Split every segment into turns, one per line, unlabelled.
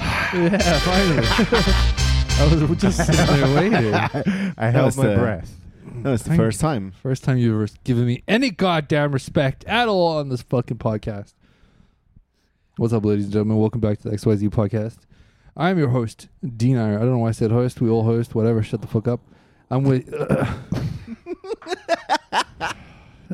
Yeah, finally. I was just sitting there waiting.
I held
was
my
the-
breath.
No, it's the
Thank
first time.
First time you've ever given me any goddamn respect at all on this fucking podcast. What's up, ladies and gentlemen? Welcome back to the XYZ podcast. I'm your host, Dean Iyer. I don't know why I said host. We all host, whatever. Shut the fuck up. I'm with.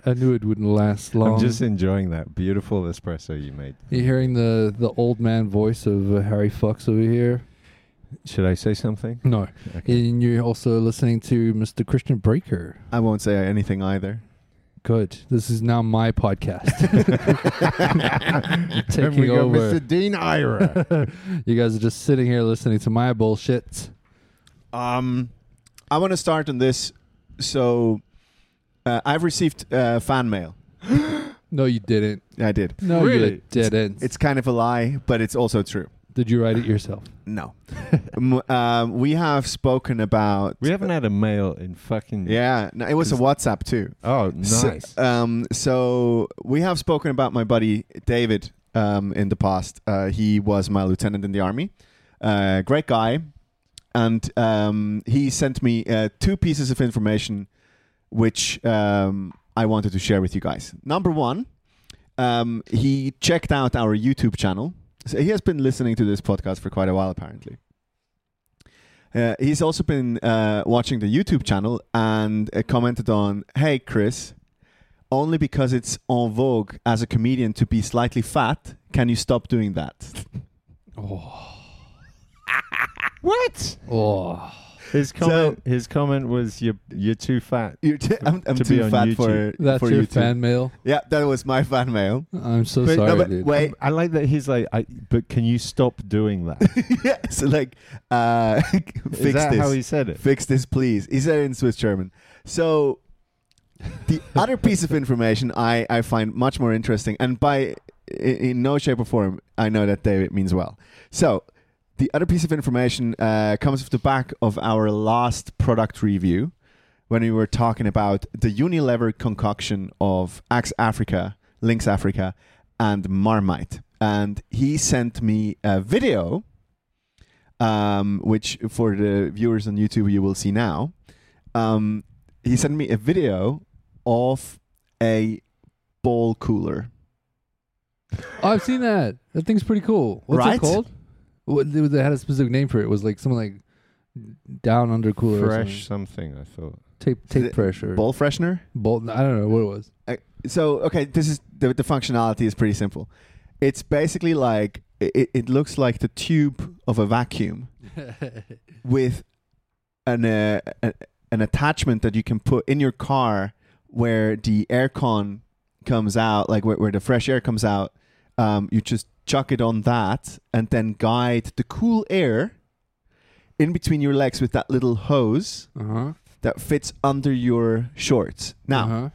I knew it wouldn't last long.
I'm just enjoying that beautiful espresso you made.
You're hearing the, the old man voice of uh, Harry Fox over here.
Should I say something?
No.
Okay.
And you're also listening to Mr. Christian Breaker.
I won't say anything either.
Good. This is now my podcast.
and
Taking over.
Mr. Dean Ira.
you guys are just sitting here listening to my bullshit.
Um, I want to start on this. So, uh, I've received uh, fan mail.
No, you didn't.
I did.
No, you
Really?
didn't.
It's kind of a lie, but it's also true.
Did you write it yourself?
No, M- um, we have spoken about.
we haven't had a mail in fucking.
Yeah, no, it was a WhatsApp too.
Oh,
So-
nice.
um, so we have spoken about my buddy David um, in the past. Uh, he was my lieutenant in the army. Uh, great guy, and um, he sent me uh, two pieces of information, which um, I wanted to share with you guys. Number one, um, he checked out our YouTube channel. So he has been listening to this podcast for quite a while, apparently. Uh, he's also been uh, watching the YouTube channel and uh, commented on, "Hey, Chris, only because it's en vogue as a comedian to be slightly fat, can you stop doing that?
what?
Oh,
His comment. his comment was, "You're you're too fat."
You're t- I'm, I'm
To be
too
on
fat
YouTube.
for
that's
for
your
YouTube.
fan mail.
Yeah, that was my fan mail.
I'm so
But- no,
sorry,
no, but
dude.
wait,
Um, I like that he's like, I, but can you stop doing that?
yeah, so like, uh,
Is
fix
that
this,
how he said it?
fix this, please. He said it in Swiss German. So the other piece of information I I find much more interesting, and by i- in no shape or form, I know that David means well. So. The other piece of information uh, comes off the back of our last product review when we were talking about the Unilever concoction of Axe Africa, Lynx Africa, and Marmite. And he sent me a video, um, which for the viewers on YouTube you will see now. Um, he sent me a video of a ball cooler.
Oh, I've seen that. That thing's pretty cool. What's
Right?
it called? What, they they had a specific name for it. It was like something like down under cooler. or
Fresh
something.
something. I thought.
tape
The-
tape pressure.
Ball freshener?
Bolt. I don't know what it was.
Uh, so okay this is the, the functionality is pretty simple it's basically like it, it looks like the tube of a vacuum with an uh, a, an attachment that you can put in your car where the aircon comes out like where, where the fresh air comes out um, you just chuck it on that and then guide the cool air in between your legs with that little hose
Uh huh.
that fits under your shorts now
Uh-huh.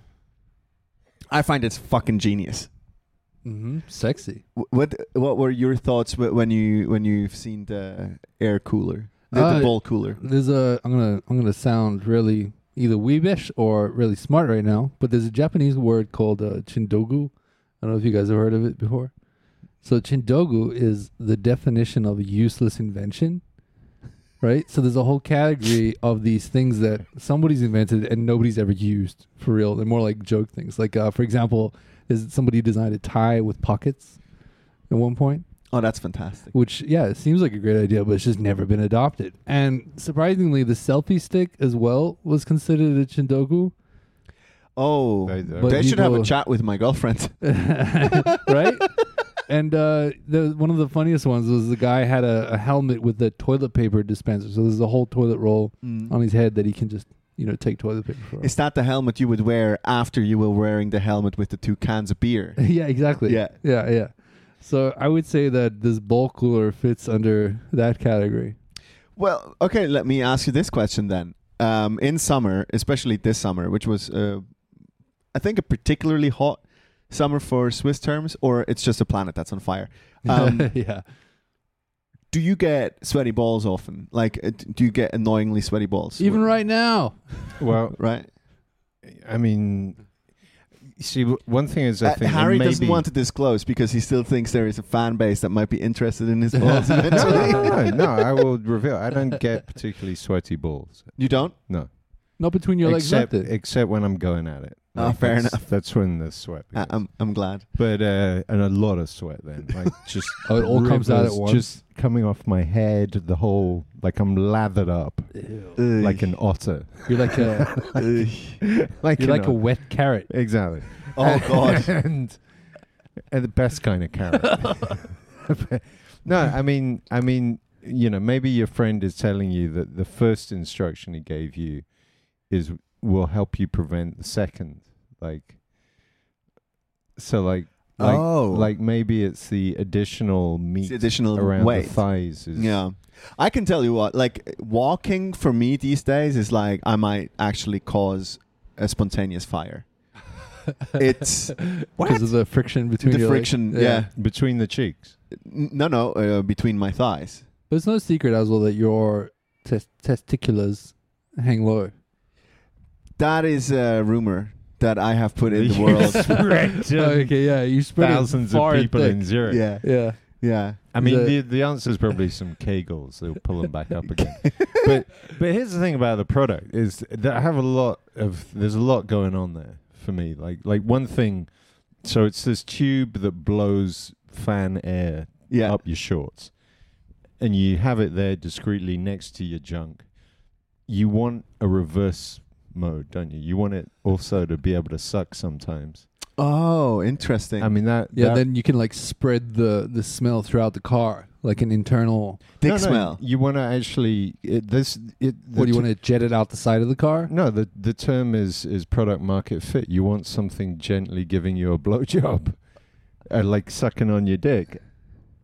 i find it's fucking genius
hmm Sexy.
Wh- what what were your thoughts wh- when you when you've seen the air cooler the, the
Uh,
ball cooler
There's a I'm gonna I'm gonna sound really either weebish or really smart right now, but there's a Japanese word called uh, chindogu. I don't know if you guys have heard of it before. So chindogu is the definition of a useless invention, right? So there's a whole category of these things that somebody's invented and nobody's ever used for real. They're more like joke things. Like uh, for example, is somebody designed a tie with pockets at one point?
oh that's fantastic
which yeah it seems like a great idea but it's just never been adopted and surprisingly the selfie stick as well was considered a chindogu
oh
They-
they,
they-
But
should have a
people-
chat with my girlfriend
right and uh, the, one of the funniest ones was the guy had a, a helmet with the toilet paper dispenser so there's a whole toilet roll
Mm.
on his head that he can just you know take toilet paper from
is that the helmet you would wear after you were wearing the helmet with the two cans of beer
yeah exactly
Yeah.
yeah yeah so i would say that this ball cooler fits under that category
well okay let me ask you this question then um, in summer especially this summer which was uh, i think a particularly hot summer for swiss terms or it's just a planet that's on fire Um,
yeah
do you get sweaty balls often like uh, d- do you get annoyingly sweaty balls
even right now
Well,
right
I mean, see, w- one thing is, I
Uh,
think and
Harry doesn't
maybe-
want to disclose because he still thinks there is a fan base that might be interested in his balls
no, no,
eventually.
no, no, no, I will reveal. I don't get particularly sweaty balls.
You don't?
No,
Not between your
except
legs, nothing.
except when I'm going at it.
Oh, fair Uh-uh.
that's, That's when the sweat.
I,
Begins.
Uh, I'm, I'm glad.
but uh, and a lot of sweat then, like just
Oh, it all comes out at
rivers
once?
just coming off my head. The whole like I'm lathered up like an otter,
You're like a
Ugh.
like
you're
an
like a
otter.
wet carrot.
exactly.
oh, God.
and and the best kind of carrot. no, I mean, I mean, you know, maybe your friend is telling you that the first instruction he gave you is will help you prevent the second. Like, so like, like,
oh.
like maybe it's the additional
It's
meat
additional
around
weight.
the thighs. Is,
Yeah. I can tell you what, like walking for me these days is like I might actually cause a spontaneous fire. It's
Because of the friction between
the
your legs.
friction, yeah.
between the cheeks.
N- No, no, uh, between my thighs.
But it's no secret as well that your tes- testiculars hang low.
That is a rumor that I have put in the world.
Spread to
Oh, okay, yeah, you spread it
thousands
far
of
and
people
thick.
in Zurich.
yeah,
Yeah,
yeah.
I mean,
The-
the, the answer is probably some Kegels. They'll pull them back up again. but but here's the thing about the product is that I have a lot of there's a lot going on there for me. Like like one thing, so it's this tube that blows fan air
Yeah.
up your shorts, and you have it there discreetly next to your junk. You want a reverse mode, don't you? You want it also to be able to suck sometimes.
Oh, interesting.
I mean that
yeah.
that-
Then you can like spread the the smell throughout the car, like an internal.
Dick
No, no,
smell.
You want to actually it, this it. the
What do you
t-
want to jet it out the side of the car?
No, the the term is is product market fit. You want something gently giving you a blowjob, uh, like sucking on your dick,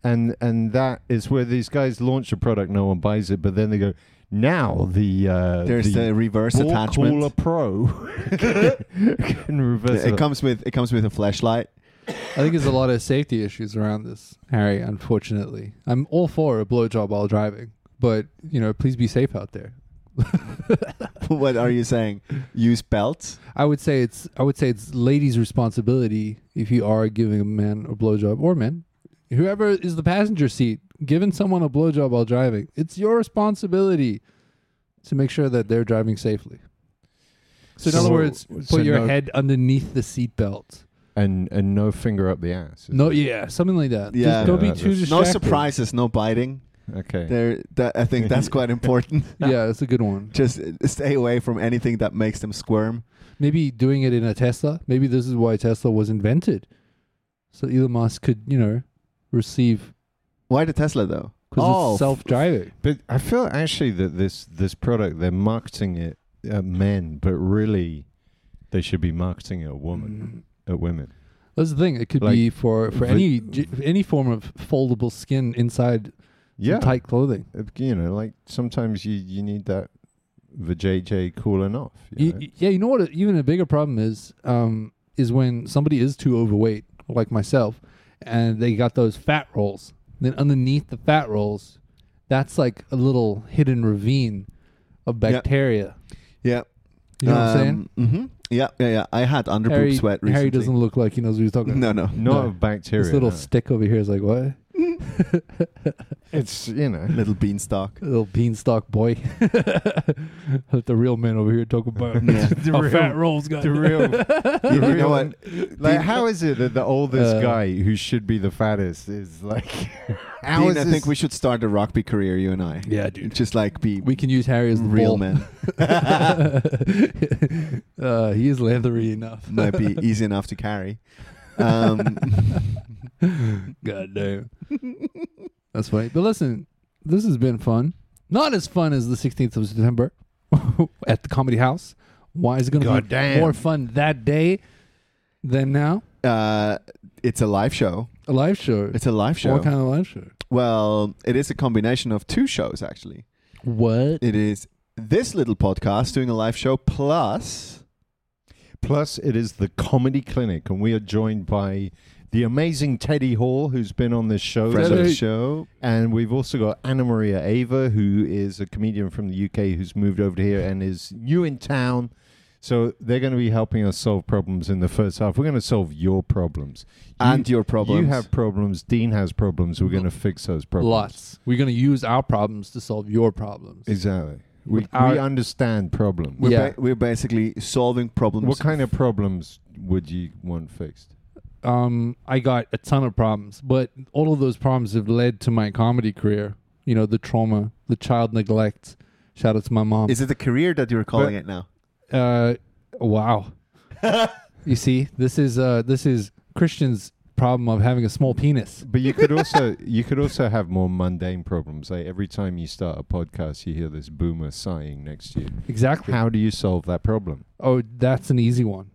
and and that is where these guys launch a product, no one buys it, but then they go, now the uh,
There's the,
the
reverse
Ball
attachment.
Cooler Pro can reverse
It
it.
comes with it comes with a flashlight.
I think there's a lot of safety issues around this, Harry. Unfortunately, I'm all for a blowjob while driving, but you know, please be safe out there.
what are you saying? Use belts.
I would say it's I would say it's ladies' responsibility if you are giving a man a blowjob or men, whoever is the passenger seat, giving someone a blowjob while driving, it's your responsibility to make sure that they're driving safely. So in
So-
other words, put
so
your
no-
head underneath the seatbelt.
and and no finger up the ass.
No, yeah, something like that.
Yeah.
Just don't
Yeah,
be too
that's-
distracted.
No surprises. No biting.
Okay.
There. That, I think that's quite important.
Yeah, that's a good one.
Just uh, stay away from anything that makes them squirm.
Maybe doing it in a Tesla. Maybe this is why Tesla was invented, so Elon Musk could you know receive
Why the Tesla though?
because
Oh,
it's self-driving.
But I feel actually that this this product they're marketing it at men, but really they should be marketing it at women at women.
Mm. That's the thing. It could
Like,
be for for
vi-
any j- any form of foldable skin inside some
Yeah,
tight clothing.
Uh, you know, like sometimes you you need that the JJ cooling off. You
You-
know?
you- yeah, you know what? a- Even a bigger problem is um, is when somebody is too overweight, like myself, and they got those fat rolls. Then underneath the fat rolls, that's like a little hidden ravine of
Yeah.
bacteria.
Yeah.
You know what I'm saying?
hmm Yeah, yeah, yeah. I had under
Harry,
boob sweat recently.
Harry doesn't look like he knows what he's talking about.
No, no.
Not
no.
of bacteria.
This little
no.
stick over here is like what?
it's you know.
Little beanstalk.
Little beanstalk boy. Let the real men over here talk about
Yeah.
the
Our fat rolls got
the real, the
You know
real-
what?
Like, how is it that the oldest
Uh,
guy who should be the fattest is like? how
Dean,
is
I
this-
think we should start a rugby career, you and I.
Yeah, dude.
Just like be
We can use Harry as the
real
real
men.
man. uh, he is leathery enough.
Might be easy enough to carry. Um,
God damn. That's funny. But listen, this has been fun. Not as fun as the 16th of September at the Comedy House. Why is it going to
God
be
damn.
more fun that day than now?
uh, it's a live show.
A live show.
It's a live show.
What kind of live show?
Well, it is a combination of two shows, actually.
What?
It is this little podcast doing a live show plus
Plus, it is the Comedy Clinic, and we are joined by the amazing Teddy Hall, who's been on this show.
friend of the
Teddy.
show.
And we've also got Anna Maria Ava, who is a comedian from the UK who's moved over to here and is new in town. So they're going to be helping us solve problems in the first half. We're going to solve your problems. You-
and your problems.
You have problems. Dean has problems. We're going to fix those problems.
Lots. We're going to use our problems to solve your problems.
Exactly. We,
With our-
we understand problems.
We're,
Yeah.
ba- we're basically solving problems.
What kind of problems would you want fixed?
um, I got a ton of problems, but all of those problems have led to my comedy career. You know, the trauma, the child neglect. Shout out to my mom.
Is it the career that you're calling it now?
uh, wow. you see, this is uh, this is Christian's problem of having a small penis.
But you could also you could also have more mundane problems. Like every time you start a podcast, you hear this boomer sighing next to you.
Exactly.
How do you solve that problem?
Oh, that's an easy one.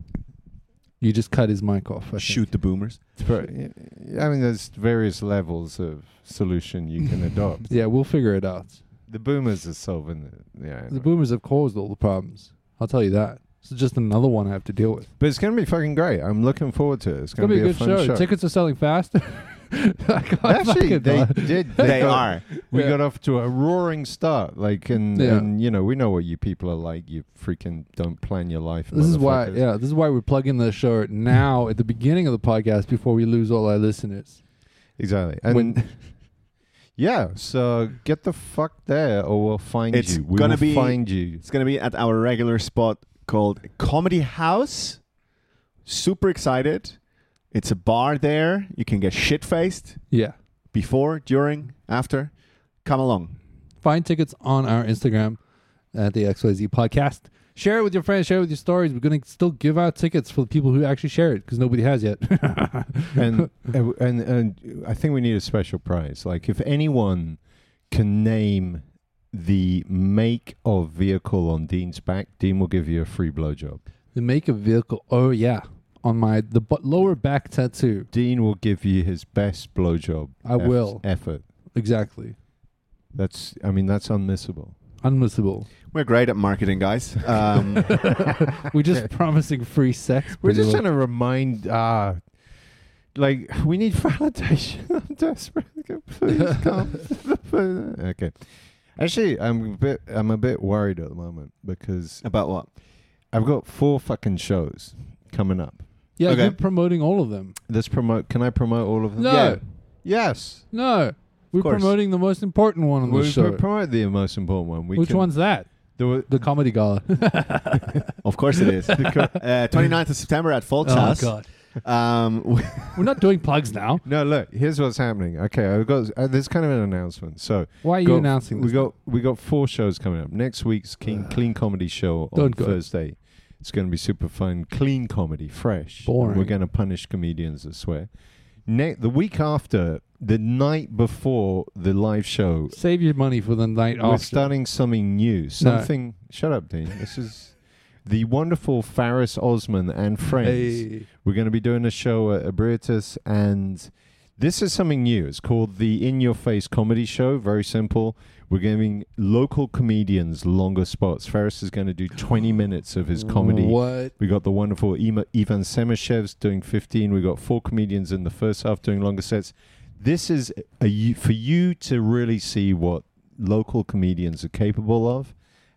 You just cut his mic off. I think.
Shoot the boomers.
But, I mean, there's various levels of solution you can adopt.
Yeah, we'll figure it out.
The boomers are solving the yeah.
The boomers have caused all the problems. I'll tell you that. It's just another one I have to deal with.
but it's gonna be fucking great. I'm looking forward to it. It's
It's gonna be, a good
fun
show.
show.
Tickets are selling oh, fast. I can't
Actually,
fucking
they
lie.
did.
They
got-
are.
We
Yeah.
got off to a roaring start. Like, and,
Yeah.
and you know, we know what you people are like. You freaking don't plan your life.
This is why,
motherfuckers.
yeah, this is why we're plugging the show now at the beginning of the podcast before we lose all our listeners.
Exactly. And
When-
yeah, so get the fuck there or we'll find
It's
you. We
gonna
will
be-
find you.
It's going to be at our regular spot called Comedy House. Super excited. It's a bar there. You can get shit faced
Yeah,
before, during, after. Come along.
find tickets on our Instagram at the XYZ Podcast. Share it with your friends. Share it with your stories. We're gonna still give out tickets for the people who actually share it because nobody has yet.
And, and and and I think we need a special prize. Like if anyone can name the make of vehicle on Dean's back, Dean will give you a free blowjob.
the make a vehicle. Oh yeah, on my the bu- lower back tattoo.
Dean will give you his best blowjob.
I will.
effort.
Exactly,
That's I mean that's unmissable.
unmissable.
We're great at marketing, guys. Um,
We're just promising free sex.
We're
pretty
just
much.
trying to remind, uh, like, we need validation. I'm desperate. Please come. okay. Actually, I'm a bit. I'm a bit worried at the moment because
about what?
I've got four fucking shows coming up.
Yeah,
Okay.
you're promoting all of them.
Let's promote. Can I promote all of them?
No,
Yeah.
Yes.
no. We're
course.
promoting the most important one on the
We
show.
pro- promote the most important one. We
Which
can,
one's that?
There were,
The comedy gala.
Of course it is. uh, 29th of September at Folks
Oh,
House. Um, w-
We're not doing plugs now.
no, look. Here's what's happening. Okay, I've got. Uh, there's kind of an announcement. So
Why are you
Got-
announcing
we
this?
got we got four shows coming up. Next week's clean, clean comedy show on
Don't go.
Thursday. It's going to be super fun, clean comedy, fresh.
Boring.
We're going to punish comedians that swear. Ne- the week after, the night before the live show,
Save your money for the night
we're
off.
starting something new. Something. Shut up, Dean. This is the wonderful Faris Osman and friends.
Hey.
We're going to be doing a show at Abritus, and this is something new. It's called the In Your Face Comedy Show. Very simple. We're giving local comedians longer spots. Ferris is going to do 20 minutes of his comedy.
What?
We got the wonderful Ima- Ivan Semeshev's doing 15. We got four comedians in the first half doing longer sets. This is a, you- for you to really see what local comedians are capable of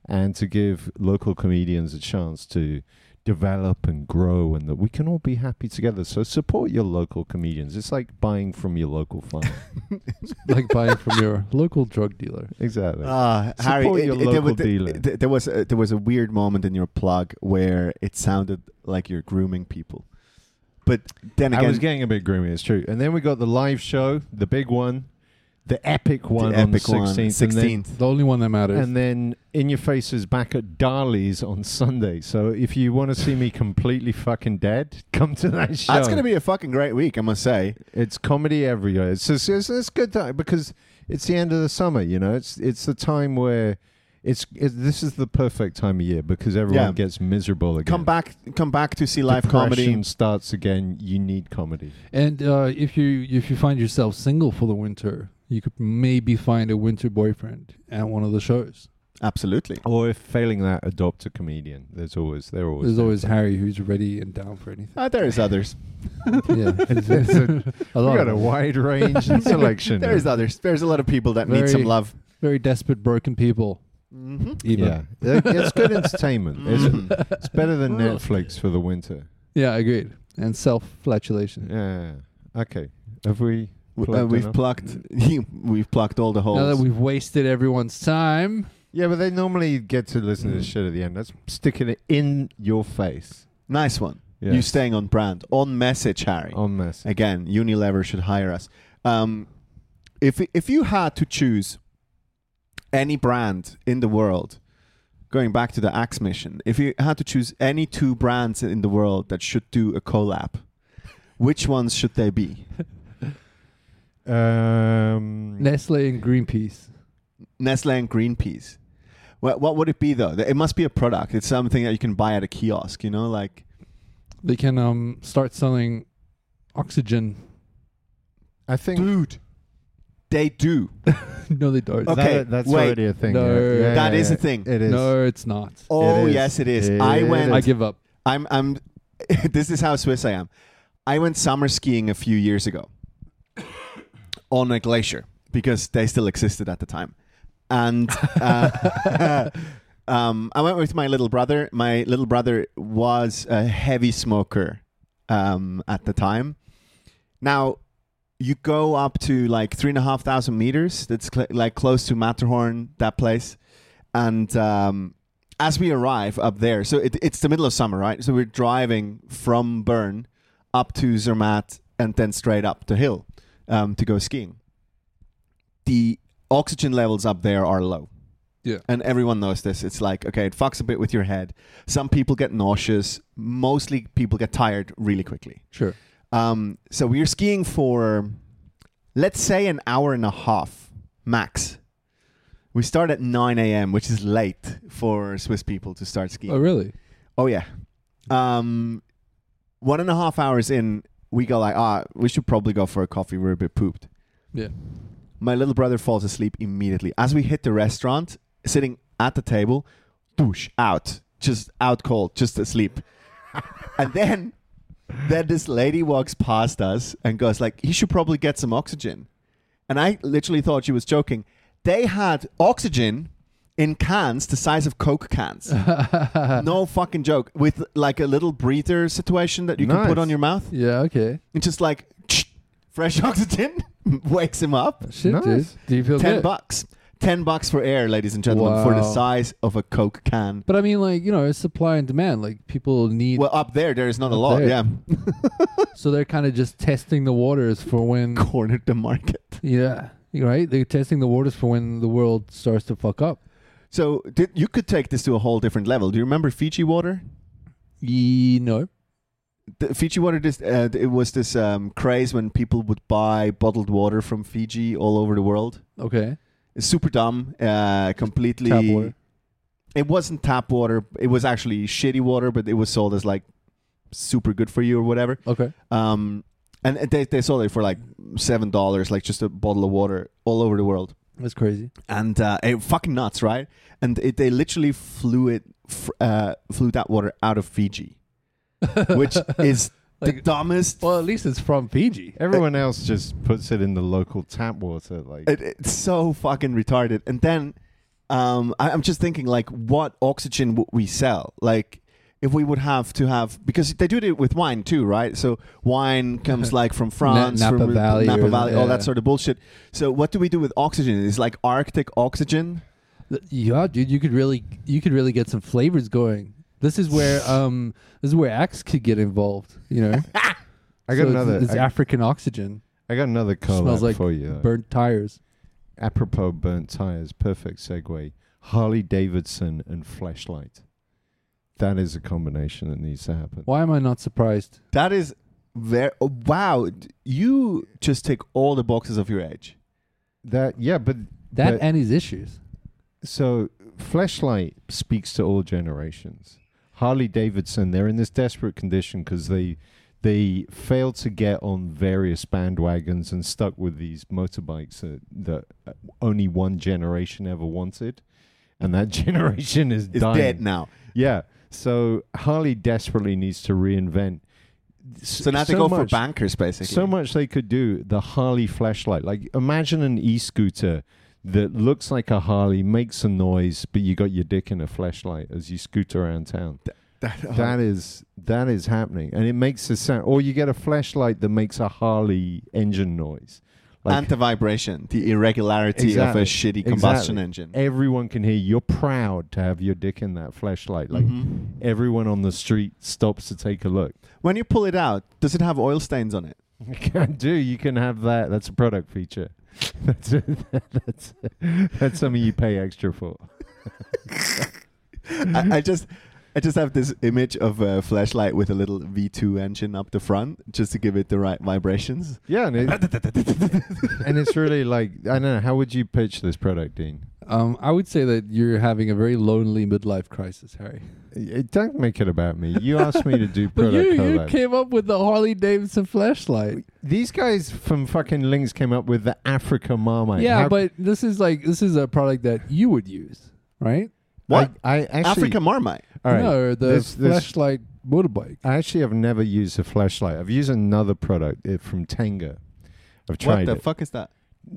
and to give local comedians a chance to develop and grow and that we can all be happy together. So support your local comedians. It's like buying from your local farm.
like buying from your local drug dealer.
exactly.
ah, Harry,
Support your
there
local
was-
dealer.
th- there was a, there was a weird moment in your plug where it sounded like you're grooming people, but then again,
I was getting a bit groomy, it's true. And then we got the live show, the big one, the epic
the
one on
epic
the 16th.
one,
and then-
16th.
The only one that matters.
And then In Your Face is back at Darley's on Sunday. So if you want to see me completely fucking dead, come to that show.
That's Ah, gonna be a fucking great week, I must say.
It's comedy everywhere. It's just, it's, it's good time because it's the end of the summer. You know, it's it's the time where it's it, this is the perfect time of year because everyone
Yeah.
gets miserable again.
Come back, come back to see live
Depression
comedy.
starts again. You need comedy.
And uh, if you if you find yourself single for the winter, you could maybe find a winter boyfriend at one of the shows.
Absolutely.
Or if failing that, adopt a comedian. There's always they're always
There's
there.
always Harry who's ready and down for anything.
Ah, there is others.
yeah,
It's- it's a-
a
we
lot of
got a
them.
wide range and selection.
There is others. There's a lot of people that need some
Very-
love.
very desperate, broken people
Mm-hmm.
Even.
Yeah, It- it's good entertainment. It's,
Mhm.
it's better than
Oh.
Netflix for the winter.
Yeah, agreed. And self flatulation.
Yeah. Okay. Have we?
W- uh,
Plugged
we've
enough?
plucked. we've plucked all the holes.
Now that we've wasted everyone's time,
Yeah, but they normally get to listen to this
Mm.
shit at the end. That's sticking it in your face.
nice one.
Yeah.
You staying on brand, on message, Harry.
on mess.
Again, Unilever should hire us. Um, if if you had to choose any brand in the world, going back to the Axe mission, if you had to choose any two brands in the world that should do a collab, which ones should they be?
Um,
Nestle and Greenpeace.
Nestle and Greenpeace. What, what would it be though? It must be a product. It's something that you can buy at a kiosk. You know, like
They can um, start selling oxygen.
I think
dude, they do.
no, they don't.
that-
Okay,
that's
wait.
already a thing.
No.
yeah.
That
Yeah,
is
yeah,
a thing.
It is.
No, it's not.
Oh
is.
yes, it is.
It
I
is.
went.
I give up.
I'm I'm this is how Swiss I am. I went summer skiing a few years ago on a glacier because they still existed at the time. And uh, um, I went with my little brother. My little brother was a heavy smoker um, at the time. Now, you go up to like three and a half thousand meters. That's cl- like close to Matterhorn, that place. And um, as we arrive up there, so it, it's the middle of summer, right? So we're driving from Bern up to Zermatt and then straight up the hill um, to go skiing. The oxygen levels up there are low.
Yeah.
And everyone knows this. It's like, okay, it fucks a bit with your head. Some people get nauseous. Mostly people get tired really quickly.
Sure.
Um, so we were skiing for, let's say, an hour and a half max. We start at 9 a.m., which is late for Swiss people to start skiing.
Oh, really?
Oh yeah. Um, one and a half hours in, we go like, ah, we should probably go for a coffee. We're a bit pooped.
Yeah.
My little brother falls asleep immediately as we hit the restaurant. Sitting at the table, douche out, just out cold, just asleep. and then, then this lady walks past us and goes like, "He should probably get some oxygen." And I literally thought she was joking. They had oxygen in cans the size of Coke cans no fucking joke. With like a little breather situation that you can
Nice.
put on your mouth.
Yeah, okay.
And just like fresh oxygen wakes him up.
Shit,
Nice.
dude. Do you feel
Ten
good?
bucks. Ten bucks for air, ladies and gentlemen, for the
Wow.
size of a Coke can.
But I mean, like, you know, it's supply and demand. Like, people need.
Well, up there, there is not a
Up
lot.
there. Mm.
Yeah,
so they're kind of just testing the waters for when.
cornered the market.
Yeah. Right? They're testing the waters for when the world starts to fuck up.
So did, you could take this to a whole different level. Do you remember Fiji water?
You know?
The Fiji water. This uh, it was this um, craze when people would buy bottled water from Fiji all over the world.
Okay.
It's super dumb. Uh, completely.
Tap water.
it wasn't tap water. It was actually shitty water, but it was sold as like super good for you or whatever.
Okay.
Um, and they, they sold it for like seven dollars, like just a bottle of water all over the world.
That's crazy.
And uh, it fucking nuts, right? And it, they literally flew it, f- uh, flew that water out of Fiji, which is the
Like-
dumbest.
Well, at least it's from Fiji.
Everyone else just puts it in the local tap water. Like
It, it's so fucking retarded. And then um, I, I'm just thinking, like, what oxygen would we sell? Like, if we would have to have, because they do it with wine too, right? So wine comes like from France,
Napa
from
Valley
Napa
or-
Valley, all that
yeah.
sort of bullshit. So what do we do with oxygen? Is like Arctic oxygen?
Yeah, dude, you could really you could really get some flavors going. This is where um this is where Axe could get involved, you know.
I got
So it's-
another.
It's,
I,
African oxygen.
I got another collab
smells like
for you. though.
Burnt tires.
Apropos burnt tires, perfect segue. Harley Davidson and flashlight. That is a combination that needs to happen.
Why am I not surprised?
That is very oh, wow. D- You just take all the boxes of your age.
That yeah, but
That
But-
and his issues.
So, Fleshlight speaks to all generations. Harley Davidson, they're in this desperate condition because they they failed to get on various bandwagons and stuck with these motorbikes that, that uh, only one generation ever wanted, and that generation is
It's
dying.
dead now.
Yeah. So Harley desperately needs to reinvent. s-
So now they go for
much-
bankers, basically.
so much they could do the Harley flashlight. Like imagine an e-scooter that looks like a Harley, makes a noise, but you got your dick in a flashlight as you scoot around town.
That, oh,
That is that is happening, and it makes a sound. Or you get a flashlight that makes a Harley engine noise.
anti-vibration, the irregularity of
Exactly.
a shitty combustion
Exactly.
engine.
everyone can hear. You're proud to have your dick in that flashlight. Like
Mhm.
everyone on the street stops to take a look.
When you pull it out, does it have oil stains on it?
You can do. You can have that. That's a product feature. That's it. that's that's something you pay extra for.
I, I just I just have this image of a flashlight with a little V2 engine up the front just to give it the right vibrations.
Yeah, and, it, and it's really like I don't know. How would you pitch this product, Dean?
Um, I would say that you're having a very lonely midlife crisis, Harry.
Uh, Don't make it about me. You asked me to do
But
product
you, you
collabs.
came up with the Harley Davidson flashlight.
These guys from fucking Links came up with the Africa Marmite.
yeah,
How-
but this is like this is a product that you would use, right?
What?
I, I actually,
Africa Marmite.
All right.
No, the
This- this-
flashlight motorbike.
I actually have never used a flashlight. I've used another product it, from Tenga. I've
What
tried
the
it.
fuck is that?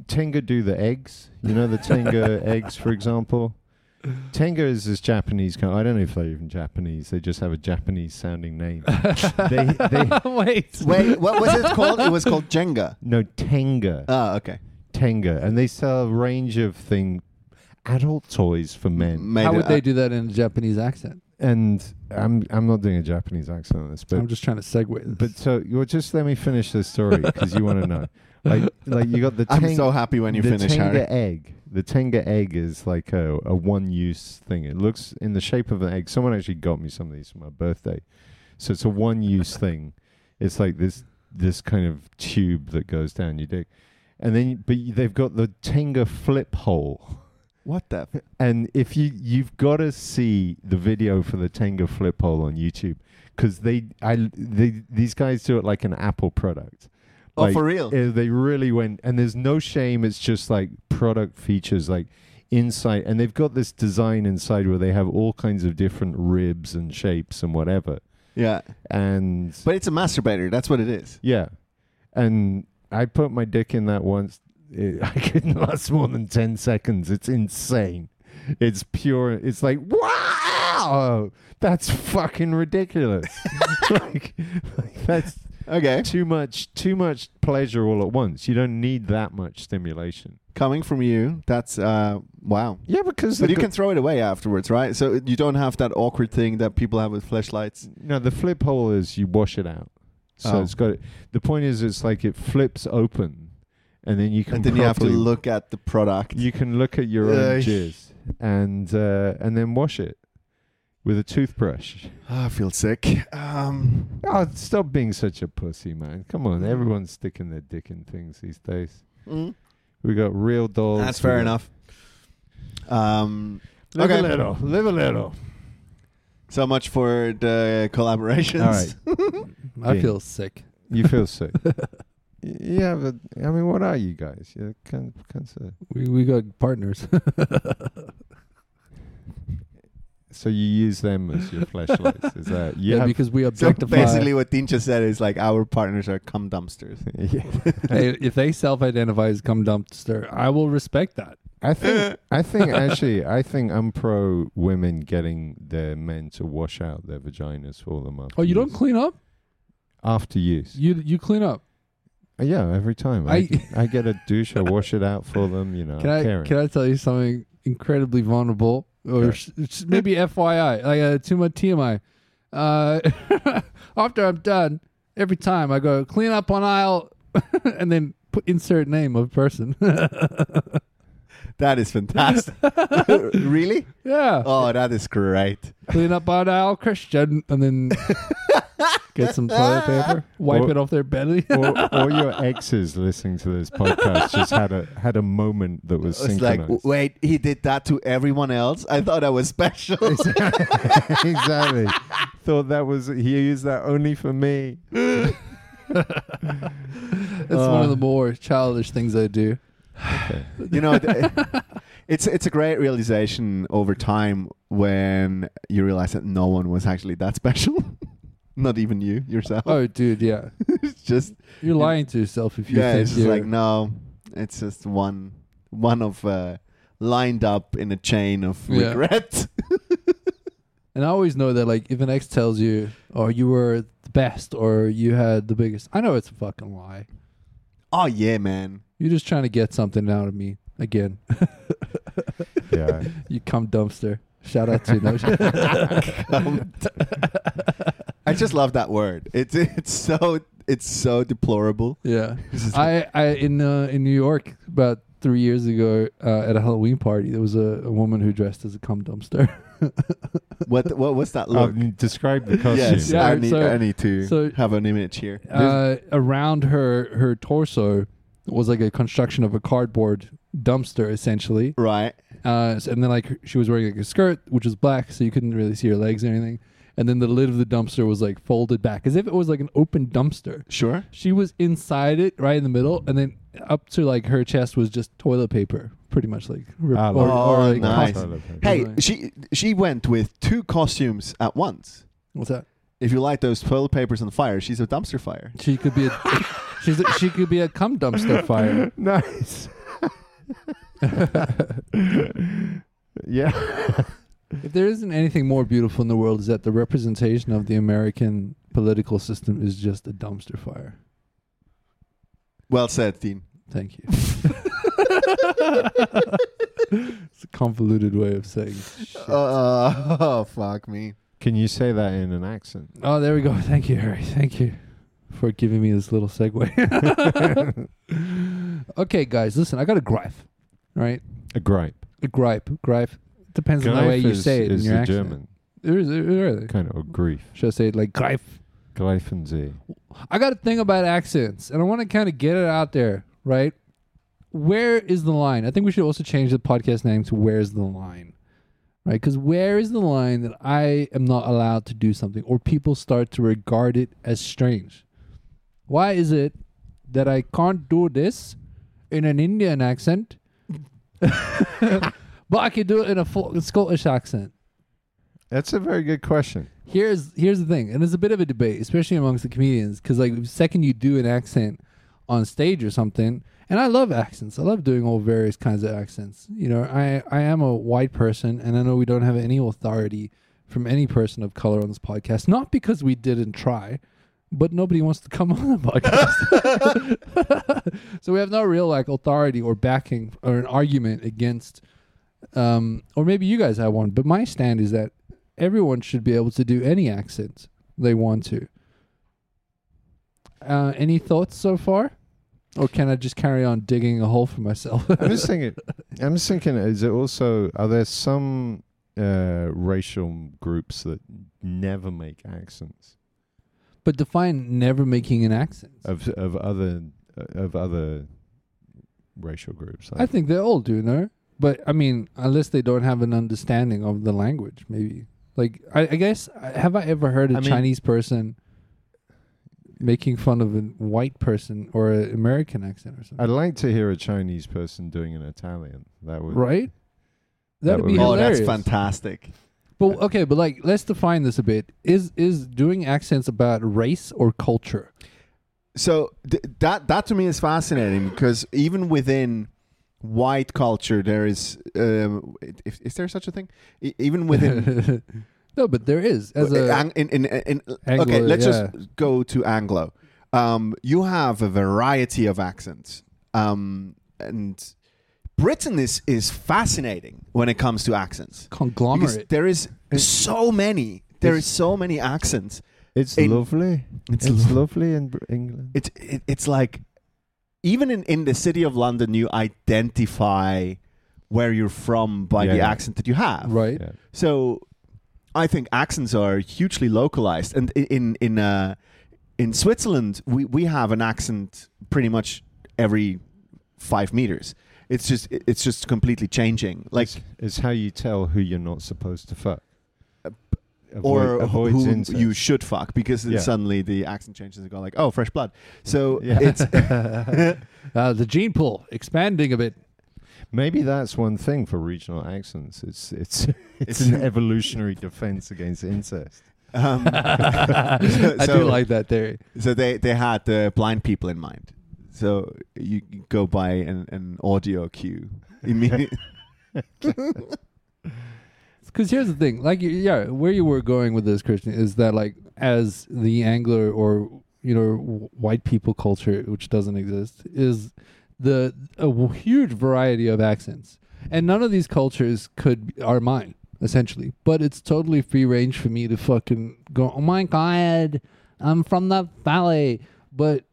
Tenga do the eggs. You know the Tenga eggs, for example. Tenga is this Japanese company. I don't know if they're even Japanese. They just have a Japanese sounding name. they, they,
Wait.
Wait, what was it called? It was called Jenga.
no, Tenga.
Ah, okay.
Tenga. And they sell a range of thing, adult toys for men.
Made
How would
it-
they do that in a Japanese accent?
And I'm, I'm not doing a Japanese accent on this, but
I'm just trying to segue this.
But so you'll just let me finish this story because you want to know. Like, like you got the
I'm
tang-
so happy when you
the
finish, Harry.
tenga egg. The tenga egg is like a, a one use thing. It looks in the shape of an egg. Someone actually got me some of these for my birthday, so it's a one use thing. It's like this this kind of tube that goes down your dick, and then but they've got the tenga flip hole.
What the? f-
And if you you've got to see the video for the Tenga flip hole on YouTube because they I they, these guys do it like an Apple product.
Oh,
Like,
for real?
eh, They really went and there's no shame. It's just like product features like inside and they've got this design inside where they have all kinds of different ribs and shapes and whatever.
Yeah.
And
But it's a masturbator. That's what it is.
yeah. And I put my dick in that once. It, I couldn't last more than 10 seconds. It's insane. It's pure. It's like, wow, that's fucking ridiculous. like, like, that's
Okay.
too much, too much pleasure all at once. You don't need that much stimulation.
Coming from you, that's uh wow.
Yeah, because
But you can throw it away afterwards, right? So you don't have that awkward thing that people have with flashlights.
No, the flip hole is you wash it out. So
Oh.
it's got The point is, it's like it flips open, and then you can.
And then you have to
properly
look at the product.
You can look at your
Ugh.
own jizz and uh, and then wash it with a toothbrush.
Ah, I feel sick. Um,
Oh, stop being such a pussy, man! Come on,
Mm-hmm.
everyone's sticking their dick in things these days.
mm,
We got real dolls.
that's fair
we got-
enough. Um,
Live
Okay.
a little. Live a little.
so much for the collaborations.
All right.
I
Yeah.
feel sick.
You feel sick. yeah, but I mean, what are you guys? You're kind of, kind of,
We we got partners.
so you use them as your flashlights? Is that you
yeah,
have-
because we
So
objectify.
basically, what Dean just said is like our partners are cum dumpsters.
yeah.
Hey, if they self-identify as cum dumpster, I will respect that.
I think I think actually I think I'm pro women getting their men to wash out their vaginas for them after
Oh, you don't
use.
clean up?
after use.
You you clean up.
Uh, yeah, every time I, I get a douche, I wash it out for them. You know,
Can
I'm
I
caring.
can I tell you something incredibly vulnerable, or
Yeah.
sh- sh- maybe FYI, like uh, too much TMI. Uh, after I'm done, every time I go clean up on aisle, and then put insert name of person.
That is fantastic. really?
yeah,
Oh, that is great.
clean up on aisle Christian, and then get some toilet paper, wipe
Or-
it off their belly.
or, or your exes listening to this podcast just had a had a moment that was
It's like,
synchronized.
w- wait, he did that to everyone else. I thought I was special.
exactly. Thought that was he used that only for me.
That's one of the more childish things I do.
Okay.
you know, th- it's it's a great realization over time when you realize that no one was actually that special. Not even you yourself.
Oh, dude, yeah,
it's just
you're lying to yourself if you
yeah,
think
it's just
you're-
like no, it's just one one of uh, lined up in a chain of
Yeah.
regret.
And I always know that, like, if an ex tells you, or you were the best, or you had the biggest, I know it's a fucking lie.
oh yeah, man.
You're just trying to get something out of me again.
Yeah.
you come dumpster. Shout out to no.
Come I just love that word. It's it's so it's so deplorable.
yeah. I, I in uh, in New York about three years ago uh, at a Halloween party, there was a, a woman who dressed as a cum dumpster.
What what was that look?
Um, describe the costume.
yes,
Yeah,
I need
so-
I need to
so-
have an image here.
uh, around her her torso was like a construction of a cardboard dumpster essentially
right.
uh, so- and then like she was wearing like a skirt which was black so you couldn't really see her legs or anything and then the lid of the dumpster was like folded back as if it was like an open dumpster
Sure.
she was inside it right in the middle and then up to like her chest was just toilet paper pretty much like rip-
Ah,
Oh, nice.
cotton.
Hey,
Right.
she she went with two costumes at once.
what's that
If you light those toilet papers on fire, she's a dumpster fire.
she could be a she's a, she could be a cum dumpster fire
nice. yeah.
If there isn't anything more beautiful in the world, is that the representation of the American political system is just a dumpster fire.
Well said, Dean.
Thank you. it's a convoluted way of saying. Shit.
Uh, oh fuck me.
Can you say that in an accent?
oh, there we go. Thank you, Harry. Thank you for giving me this little segue. okay, guys, listen. I got a gripe, right?
A gripe.
A gripe, gripe. Depends on the way
Gripe
you
is,
say it
is
in your
the
accent.
German
There is, there is.
kind of or grief. E.
Should I say it like gripe?
Greifensee.
I got a thing about accents, and I want to kind of get it out there, right? Where is the line? I think we should also change the podcast name to Where's the Line, right? Because where is the line that I am not allowed to do something, or people start to regard it as strange? Why is it that I can't do this in an Indian accent, but I can do it in a full Scottish accent?
That's a very good question.
here's here's the thing, and it's a bit of a debate, especially amongst the comedians, because like the second you do an accent on stage or something, and I love accents. I love doing all various kinds of accents. You know, I I am a white person, and I know we don't have any authority from any person of color on this podcast, not because we didn't try. But nobody wants to come on the podcast, so we have no real like authority or backing or an argument against um, or maybe you guys have one, but my stand is that everyone should be able to do any accent they want to. Uh, any thoughts so far? Or can I just carry on digging a hole for myself?
I'm just thinking. I'm just thinking. Is it also? Are there some uh, racial groups that never make accents
but define never making an accent.
of of other of other racial groups?
I think they all do, no? But I mean, unless they don't have an understanding of the language, maybe. Like, I, I guess, I- have I ever heard a
I mean-
Chinese person making fun of a white person or an American accent or something?
I'd like to hear a Chinese person doing an Italian. That would
right? That'd
would
be
be-
Oh,
hilarious.
that's fantastic.
But okay, but like, let's define this a bit. Is is doing accents about race or culture?
So th- that that to me is fascinating because even within white culture, there is um, if, is there such a thing? E- even within
no, but there is as
Uh,
a
Ang- in, in, in,
Anglo,
okay, let's
yeah.
just go to Anglo. Um, you have a variety of accents, um, and Britain is is fascinating when it comes to accents because
conglomerate.
there is so many. There is
It's-
so many accents.
It's
In-
lovely.
It's
It's,
lo-
lovely in Br- England.
It's it, it's like even in, in the city of London, you identify where you're from by
Yeah,
the
yeah.
accent that you have.
Right.
Yeah.
So, I think accents are hugely localized, and i- in in uh, in Switzerland, we we have an accent pretty much every five meters. It's just it- it's just completely changing, like
it's, it's how you tell who you're not supposed to fuck,
Uh,
Avoid-
or
avoids
who
incest.
you should fuck, because then
Yeah.
suddenly the accent changes and go like, oh, fresh blood. So
Yeah.
it's
uh, the gene pool expanding a bit.
Maybe that's one thing for regional accents. It's it's it's an evolutionary defense against incest.
um,
I do
so-
like that theory.
so they they had the blind people in mind. So you you go by an, an audio cue. Immediately.
Because here's the thing, like y- yeah, where you were going with this, Christian, is that like as the angler or you know w- white people culture, which doesn't exist, is the a w- huge variety of accents, and none of these cultures could are mine essentially. But it's totally free range for me to fucking go. Oh my god, I'm from the valley, but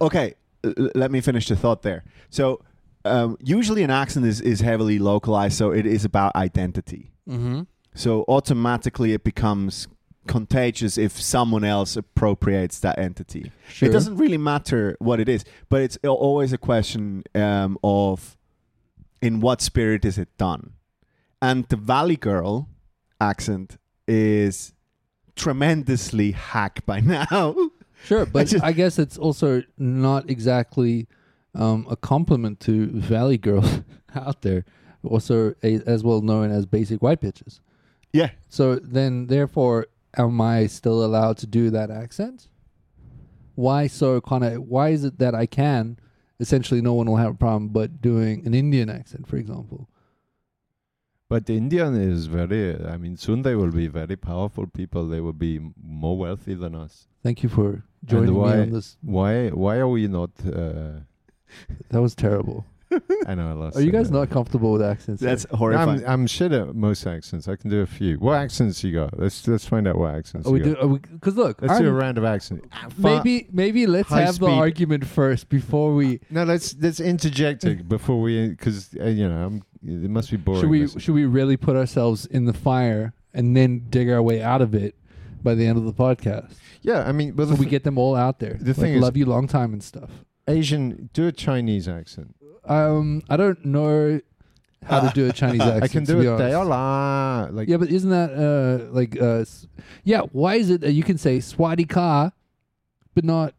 okay, l- l- let me finish the thought there. So um, usually an accent is, is heavily localized, so it is about identity.
mm-hmm.
So automatically it becomes contagious if someone else appropriates that entity.
sure.
It doesn't really matter what it is, but it's al- always a question um, of in what spirit is it done. And the Valley Girl accent is tremendously hack by now.
Sure, but I,
just-
guess it's also not exactly um, a compliment to Valley girls out there, also a, as well known as basic white bitches.
yeah.
So then, therefore, am I still allowed to do that accent? Why so kind of? Why is it that I can? Essentially, no one will have a problem, but doing an Indian accent, for example.
But Indian is very. I mean, soon they will be very powerful people. They will be m- more wealthy than us.
Thank you for joining me
why-
on this.
Why? Why are we not? Uh,
That was terrible.
I know I lost.
Are you
it.
guys not comfortable with accents?
That's
I'm,
horrifying.
I'm shit at most accents. I can do a few. What accents you got? Let's let's find out what accents.
are Oh, we
you got.
do? Are we? Because look,
Let's do a
I'm-
round of accents.
Maybe maybe let's
high
have the
speed.
argument first before we
No, let's let's interject it before we, because uh, you know, I'm, it must be boring.
should we
listening.
should we really put ourselves in the fire and then dig our way out of it by the end of the podcast.
yeah, I mean, but
So
the
we
f-
get them all out there.
the
like,
thing is-
love you long time and stuff.
Asian. Do a Chinese accent.
Um, I don't know how to do a Chinese accent.
I can
to
do
be
a
honest.
Dayola. Like
Yeah, but isn't that uh like uh s- yeah? Why is it that you can say Swati ka, but not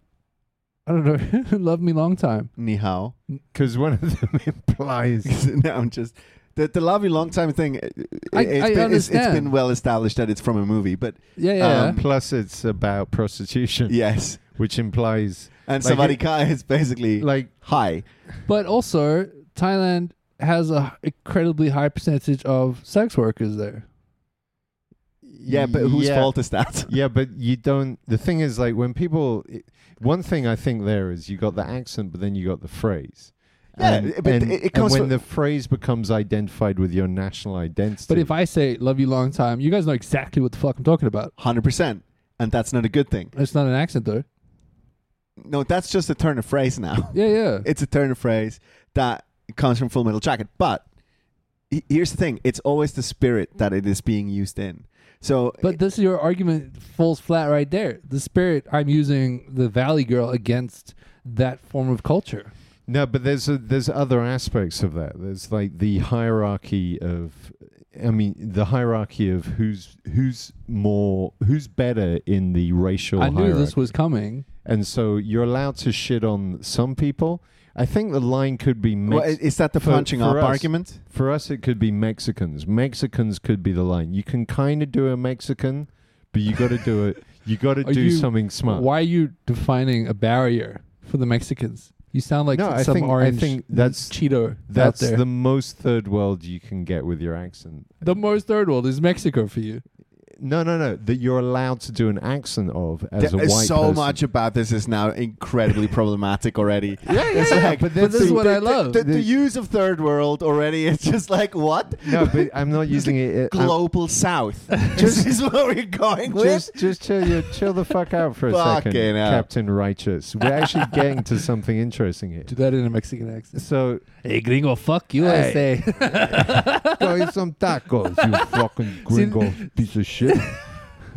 I don't know love me long time?
Ni hao.
because one of them implies.
no, I'm just the the love you long time thing. It,
I-
it's
I
been, it's- it's
understand.
been well established that it's from a movie, but
Yeah, yeah.
Um,
Plus, it's about prostitution,
yes,
which implies
and
Like
Savadi
it-
Kai is basically
like
hi.
But also, Thailand has a h- incredibly high percentage of sex workers there.
Yeah, but whose
yeah.
fault is that?
Yeah, but you don't. The thing is, like, when people. i one thing I think there is you got the accent, but then you got the phrase.
Yeah, i- but it- it comes
and
from-
when the phrase becomes identified with your national identity.
But if I say "love you long time," you guys know exactly what the fuck I'm talking about.
Hundred percent, and that's not a good thing.
It's not an accent, though.
No, that's just a turn of phrase now.
Yeah, yeah.
It's a turn of phrase that comes from Full Metal Jacket. But he- here's the thing: it's always the spirit that it is being used in. So,
but this your argument falls flat right there. The spirit I'm using the Valley Girl against that form of culture.
no, but there's a, there's other aspects of that. There's like the hierarchy of. I mean, the hierarchy of who's who's more who's better in the racial.
I knew
hierarchy.
this was coming.
and so you're allowed to shit on some people. I think the line could be mixed.
well, is that the
for-
punching
for
up
us-
argument?
For us, it could be Mexicans. Mexicans could be the line. You can kind of do a Mexican, but you got to do it. You got to
Are
do
you-
something smart.
Why are you defining a barrier for the Mexicans? You sound like
No, I
some
think- I
orange
think that's-
Cheeto
That's
out there.
the most third world you can get with your accent.
the most third world is Mexico for you.
No, no, no. That you're allowed to do an accent of as
There
a
is
white
so
person.
much about this is now incredibly problematic already.
Yeah, yeah,
It's
yeah.
like-
But
but,
this
that's
is
the-
what I love.
The, the use of third world already is just like what
No, but I'm not using it. I'm-
global south. just is where we're going with.
just, just chill, you, chill the fuck out for a
Fucking
second,
hell.
Captain Righteous. We're actually getting to something interesting here.
Do that in a Mexican accent.
So,
Hey, gringo, fuck you, I
Hey.
say.
go eat some tacos, you fucking gringo piece of shit.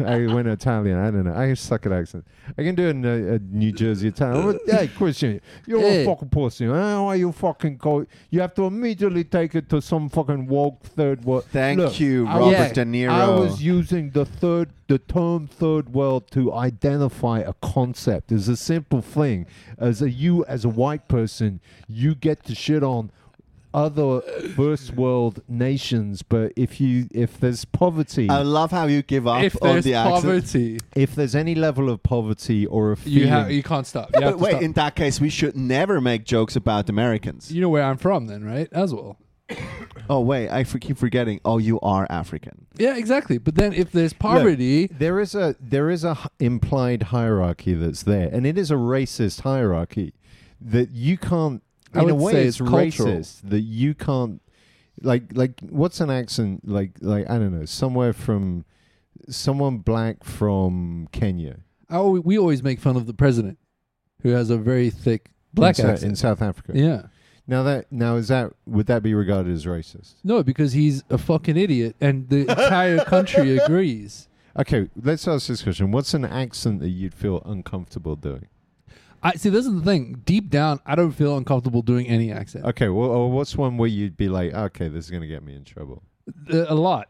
I went Italian. I don't know. I suck at accents. I can do a, a uh, New Jersey Italian. Well, hey, Christian, you're
Hey.
a fucking pussy. How are you fucking go? You have to immediately take it to some fucking woke third world.
Thank
Look,
you,
I
Robert
was-
De Niro.
I was using the third, the term third world to identify a concept. It's a simple thing. As a you, as a white person, you get to shit on other first world nations, but if you if there's poverty,
Uh,
I love how you give up
if
on
there's
the accent.
poverty,
if there's any level of poverty or a feeling,
you have you can't stop. You, have
But
to
wait,
stop.
in that case, we should never make jokes about Americans.
you know where I'm from, then, right? As well.
Oh wait, I f- keep forgetting. Oh, you are African.
Yeah, exactly. But then if there's poverty,
there is a there is a h- implied hierarchy that's there, and it is a racist hierarchy that you can't.
I
in a
would
way,
say
it's,
it's cultural.
racist that you can't. Like like what's an accent like like I don't know somewhere from someone black from Kenya
I al- we always make fun of the president, who has a very thick black
in, Sou- in
accent.
South Africa.
Yeah.
Now that now is that would that be regarded as racist?
No, because he's a fucking idiot, and the entire country agrees.
Okay, let's ask this question. What's an accent that you'd feel uncomfortable doing?
I see. This is the thing. Deep down, I don't feel uncomfortable doing any accent.
Okay, well, or what's one where you'd be like, okay, this is going to get me in trouble?
Uh, a lot.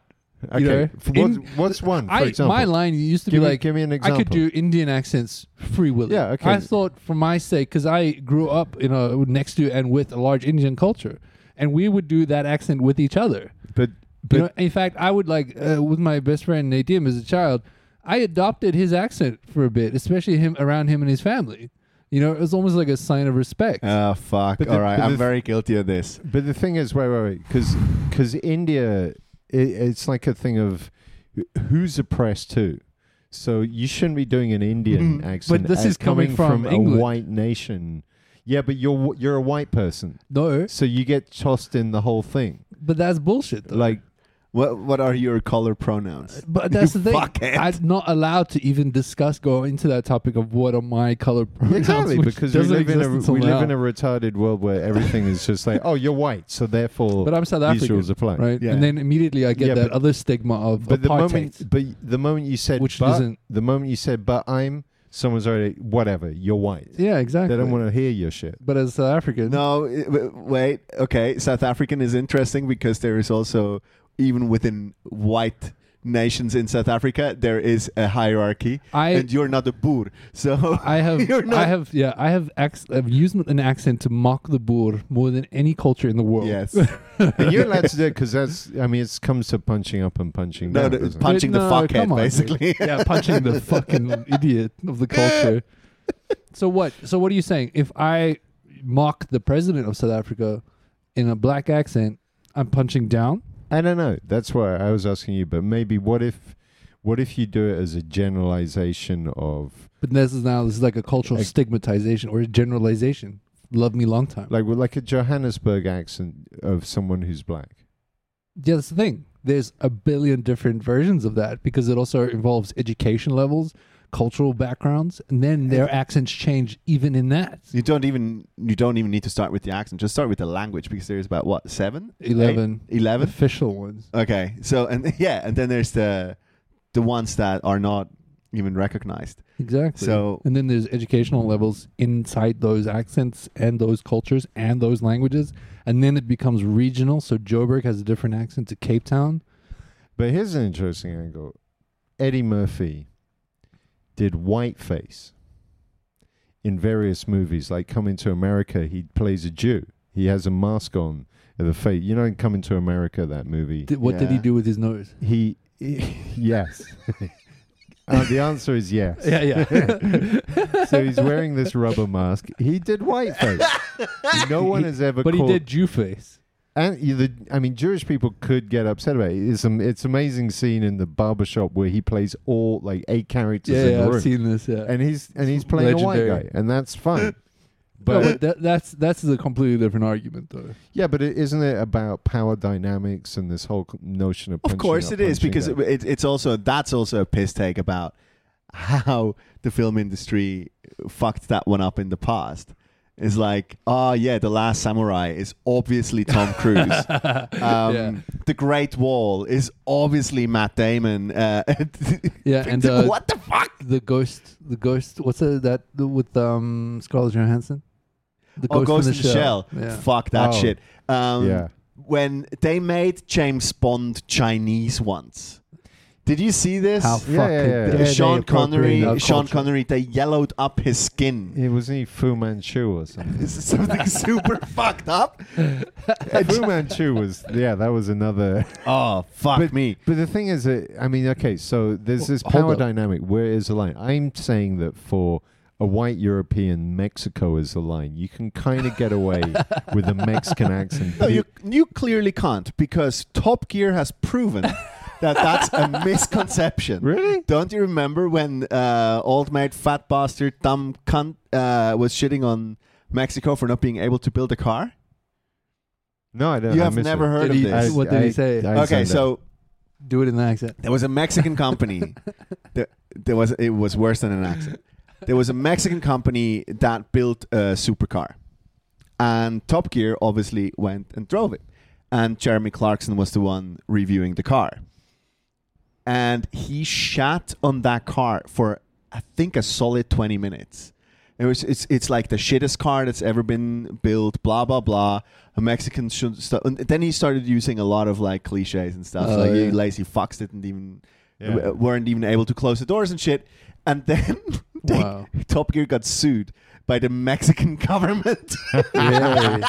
Okay,
You know,
f- what's,
in-
what's one, for
I
example?
my line used to
give,
be
me,
like,
give me an
I
example.
could do Indian accents free willy.
Yeah, okay.
I thought for my sake, because I grew up in a next to and with a large Indian culture, and we would do that accent with each other.
But, but
you know, in fact, I would like uh, with my best friend Nadim as a child, I adopted his accent for a bit, especially him around him and his family. You know, it was almost like a sign of respect.
Oh fuck!
But the-
All right,
but
I'm
the-
very guilty of this.
But the thing is, wait, wait, wait, because India, i it's like a thing of who's oppressed who. So you shouldn't be doing an Indian
Mhm.
accent.
But this
as
is coming
from,
from England.
a white nation. Yeah, but you're wh- you're a white person,
no,
so you get tossed in the whole thing.
but that's bullshit. Though.
Like,
What What are your color pronouns?
But that's the thing.
fuckhead.
I'm not allowed to even discuss, go into that topic of what are my color pronouns.
exactly
which
because we
doesn't
live in
exist
a
until
we live
now.
in a retarded world where everything is just like, oh, you're white, so therefore
But I'm South
these
African,
rules apply.
right?
Yeah.
And then immediately I get
Yeah,
that
but-
other stigma of apartheid.
But the moment, but the moment you said,
Which
but,
doesn't-
the moment you said, but I'm someone's already whatever. You're white.
yeah, exactly.
They don't want to hear your shit.
but as South African,
No, i- w- wait. Okay, South African is interesting because there is also even within white nations in South Africa there is a hierarchy,
I-
and you're not a boer. So
I have,
You're not-
I have, yeah, I have, ex- I've used an accent to mock the Boer more than any culture in the world.
yes,
and you're allowed to do it because that's. I mean, it comes to punching up and punching
no,
down.
no,
doesn't it?
But
punching
no,
the fuckhead
come on, dude.
basically.
yeah, punching the fucking idiot of the culture. So what? So what are you saying? If I mock the president of South Africa in a black accent, I'm punching down.
I don't know. That's why I was asking you. But maybe what if, what if you do it as a generalization of
But this is now this is like a cultural
Like-
stigmatization or a generalization. Love me long time.
like well, like a Johannesburg accent of someone who's black?
yeah, that's the thing. There's a billion different versions of that because it also involves education levels, cultural backgrounds, and then their accents change even in that.
You don't even you don't even need to start with the accent. Just start with the language because there's about what seven,
Eleven
Eight? eleven.
official ones.
Okay, so and yeah, and then there's the the ones that are not even recognized.
Exactly.
So-
and then there's educational levels inside those accents and those cultures and those languages, and then it becomes regional. So Joburg has a different accent to Cape Town.
But here's an interesting angle. Eddie Murphy did whiteface in various movies, like Coming to America. He plays a Jew. He has a mask on of the face. You know, in Coming to America, that movie.
Did, what did he
Yeah.
do with his nose?
He, yes. Uh, the answer is yes.
Yeah, yeah.
So he's wearing this rubber mask. He did whiteface. No one has ever.
but he
called-
did Jew face.
and you- the, I mean, Jewish people could get upset about it. It's an it's amazing scene in the barbershop where he plays all like eight characters
Yeah,
in
yeah
the room,
I've seen this. Yeah.
and he's and he's playing a white
Legendary.
guy, and that's fine.
No,
but
but that, that's that's a completely different argument, though.
yeah, but it, isn't it about power dynamics and this whole c- notion of?
Of
punching
course,
up,
it is
punching
because it,
down?
it, it's also that's also a piss take about how the film industry fucked that one up in the past. It's like, oh yeah, the Last Samurai is obviously Tom Cruise. Um,
Yeah.
The Great Wall is obviously Matt Damon. Uh,
Yeah, and uh,
what the fuck?
the ghost, the ghost. What's that, that the- with um Scarlett Johansson? The
Oh, Ghost in the Shell.
Yeah.
Fuck that
Oh.
shit. Um,
yeah.
When they made James Bond Chinese once, Did you see this?
How
Yeah, yeah,
fucking
yeah.
dare
Yeah,
they
Sean
appropriate our
Connery. Sean
culture.
Connery. They yellowed up his skin.
It wasn't he Fu Manchu or something.
Is it something super fucked up?
Fu Manchu was yeah, that was another.
Oh fuck
But-
me!
But the thing is, that, I mean, okay, so there's this
Hold
power
up.
dynamic. Where is the line? I'm saying that for a white European, Mexico is the line. You can kind of get away with a Mexican accent.
No,
but
you
it-
you clearly can't because Top Gear has proven that that's a misconception.
really?
Don't you remember when uh, old mate, fat bastard, dumb cunt uh, was shitting on Mexico for not being able to build a car?
No, I don't.
you
I
have
missed
never
it.
heard
Did
of
he-
this.
I- What did he say?
I
okay,
signed up.
so
Do it in the accent.
there was a Mexican company. there, there was it was worse than an accident. There was a Mexican company that built a supercar, and Top Gear obviously went and drove it, and Jeremy Clarkson was the one reviewing the car, and he shat on that car for I think a solid twenty minutes. It was it's it's like the shittest car that's ever been built. Blah blah blah. A Mexican should stuff. And then he started using a lot of like cliches and stuff.
Oh,
like you
yeah.
lazy fucks didn't even
Yeah.
w- uh, weren't even able to close the doors and shit. And then they-
Wow.
Top Gear got sued by the Mexican government.
Yay.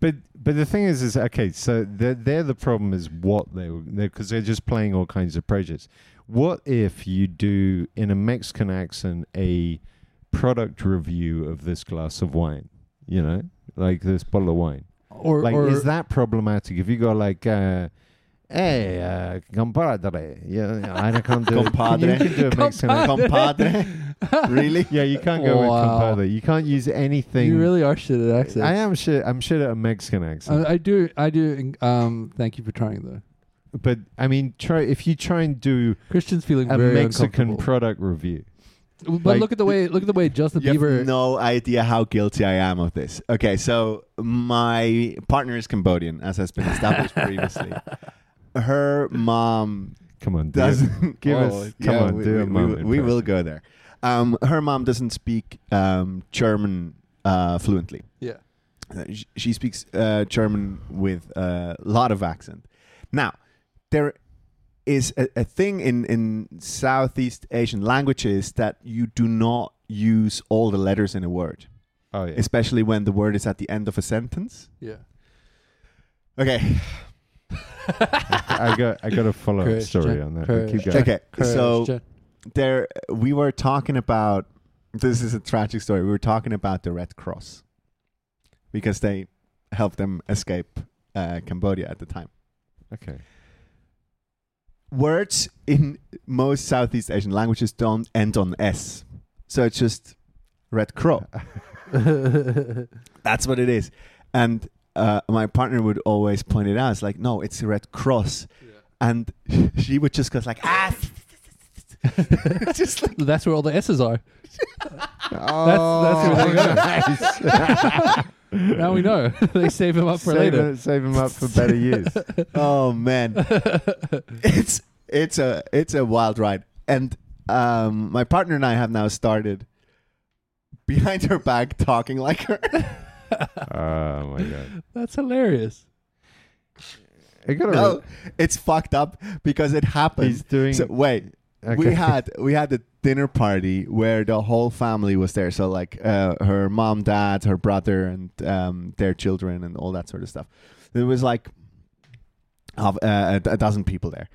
But but the thing is, is okay. So they're, they're the problem is what they because they're just playing all kinds of prejudice. What if you do in a Mexican accent a product review of this glass of wine? You know, like this bottle of wine.
or
like,
or
is that problematic? If you go like. Uh, Hey, uh, compadre. Yeah, I can't do
Compadre.
It. You can do a Mexican accent.
Compadre, really?
Yeah, you can't go with
Wow.
compadre. You can't use anything.
you really are shit at accents.
I am shit. I'm shit at a Mexican accent.
Uh, I do. I do. Um, thank you for trying though.
But I mean, try if you try and do
Christian's feeling
a
very
Mexican
uncomfortable.
product review.
but
like-
look at the way. Look at the way Justin
You
Bieber.
have no idea how guilty I am of this. Okay, so my partner is Cambodian, as has been established previously. Her mom
Come on, dude.
doesn't
Give
Oh,
us- come on,
we,
do a
we- we
mom
will- we will
impression.
go there. Um, her mom doesn't speak um, German uh, fluently.
Yeah.
Uh, sh- she speaks uh, German with a lot of accent. Now, there is a, a thing in, in Southeast Asian languages that you do not use all the letters in a word,
Oh yeah.
especially when the word is at the end of a sentence.
Yeah.
Okay,
I got I got a follow up
Courage,
story
Jen.
on that. but
Courage,
Keep
Jen.
going.
okay. So
Christian.
there, we were talking about this is a tragic story. We were talking about the Red Cross because they helped them escape uh, Cambodia at the time.
Okay.
words in most Southeast Asian languages don't end on S. So it's just Red Crow. That's what it is. And uh, my partner would always point it out. It's like, no, it's Red Cross. And she would just go like, ah, just like,
That's where all the S's are.
Oh,
that's Now we know. they save him up for
save
later.
Him, save him up for better years.
oh man, it's it's a it's a wild ride. And um, my partner and I have now started behind her back talking like her.
oh my god.
That's hilarious.
I got
no, it's fucked up because it
He's
happens.
doing.
So wait, we
okay.
had we had a dinner party where the whole family was there. So like uh, her mom, dad, her brother, and um, their children, and all that sort of stuff. There was like half, uh, a a dozen people there.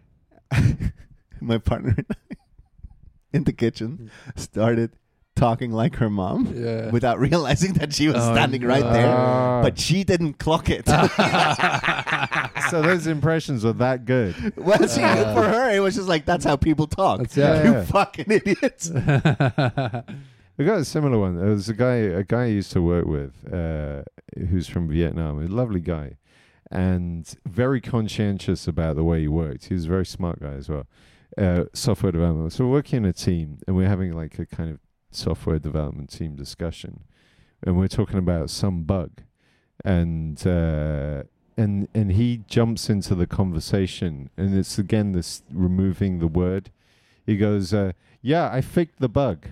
My partner and I in the kitchen started talking like her mom
Hmm. Yeah.
without realizing that she was
Oh,
standing right
no.
there.
Ah.
But she didn't clock it.
so those impressions are that good.
Well, see,
Uh,
for her, it was just like that's how people talk.
That's- yeah.
You
Yeah.
fucking idiots.
I got a similar one. There was a guy, a guy I used to work with, uh, who's from Vietnam. A lovely guy, and very conscientious about the way he worked. He was a very smart guy as well. Uh, software development. So we're working in a team, and we're having like a kind of software development team discussion, and we're talking about some bug, and uh, and and he jumps into the conversation, and it's again this removing the word. He goes, uh, "Yeah, I fixed the bug."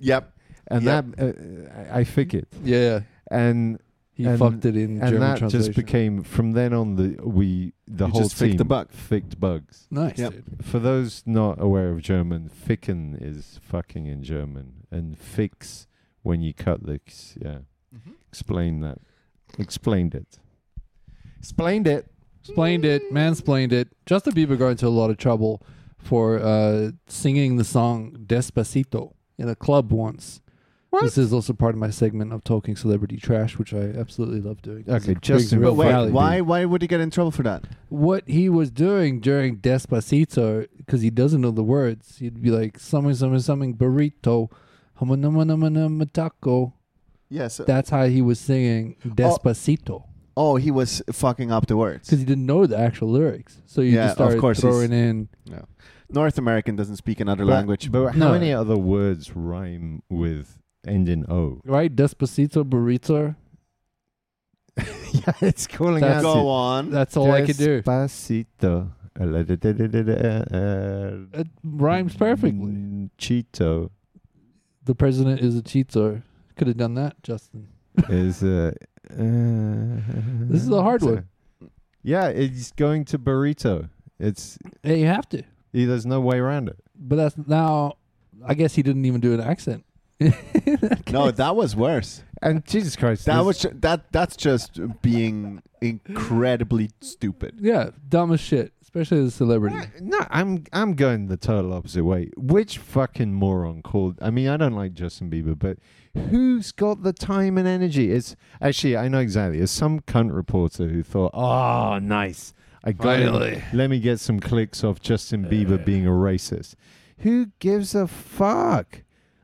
Yep.
and
Yep.
that uh, I I think it.
yeah.
And
He
And-
fucked it in
and
German
that
translation.
just became from then on the we the
You
whole
just
team
ficked the bug.
ficked bugs.
nice.
Yep.
dude.
For those not aware of German, ficken is fucking in German, and fix when you cut the s- yeah.
Mm-hmm.
Explain that. Explained it. Explained it.
Explained it, mansplained it. Justin Bieber got into a lot of trouble for uh, singing the song Despacito in a club once. This is also part of my segment of talking celebrity trash, which I absolutely love doing.
Okay,
It's a
Justin,
big real
But wait,
valley.
why why would he get in trouble for that?
What he was doing during Despacito, because he doesn't know the words, he'd be like, something, something, something, burrito, hamanamanamanama taco.
Yes. uh,
That's how he was singing Despacito.
oh, he was fucking up the words.
Because he didn't know the actual lyrics. So you
Yeah,
just
of
started
course he's-
throwing in.
North American doesn't speak another
But-
language.
But how
No.
many other words rhyme with end in O?
Right? Despacito, burrito.
yeah, it's calling
That's-
out.
Go on.
That's all I could do.
Despacito. Uh, la- da- da- da- da- da- uh,
It rhymes perfectly.
mm, Cheeto
The president is a cheater. Could have done that, Justin.
is. Uh, uh,
This is a hard
so-
one.
Yeah, it's going to burrito. It's
Yeah, you have to.
eh, there's no way around it.
But that's now. I guess he didn't even do an accent.
no, that was worse.
And Jesus Christ,
That
this-
was ju- that. That's just being incredibly stupid.
Yeah, dumb as shit, especially as a celebrity.
No, I'm I'm going the total opposite way. Which fucking moron called? I mean, I don't like Justin Bieber, but who's got the time and energy? It's actually I know exactly. It's some cunt reporter who thought, "Oh, nice, I got it.
Finally." Uh,
Let me get some clicks off Justin Bieber being a racist." Who gives a fuck?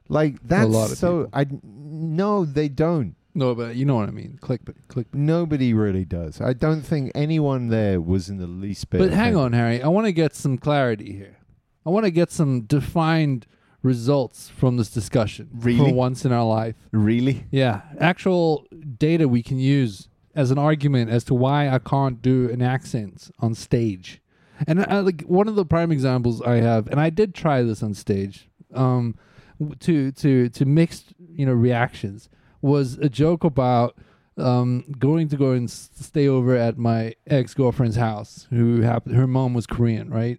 Like that's
lot of
so.
people.
I no, they don't.
No, but you know what I mean. Clickbait, clickbait.
Nobody really does. I don't think anyone there was in the least bit.
But hang
offended.
on, Harry. I want to get some clarity here. I want to get some defined results from this discussion
Really?
for once in our life.
Really?
Yeah, actual data we can use as an argument as to why I can't do an accent on stage. And I, like one of the prime examples I have, and I did try this on stage, um, w- to to to mixed you know reactions was a joke about um, going to go and s- stay over at my ex girlfriend's house, who happened her mom was Korean, right?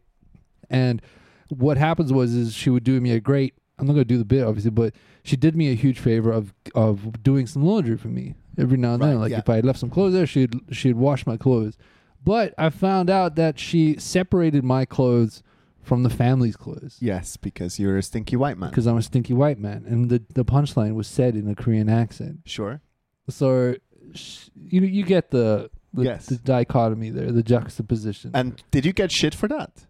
And what happens was is she would do me a great I'm not gonna do the bit obviously, but she did me a huge favor of of doing some laundry for me every now and
Right,
then. Like
yeah.
if I had left some clothes there, she'd she'd wash my clothes. But I found out that she separated my clothes from the family's clothes
Yes, because you're a stinky white man.
because I'm a stinky white man, and the the punchline was said in a Korean accent.
Sure.
So sh- you you get the the,
Yes.
the dichotomy there, the juxtaposition.
And did you get shit for that?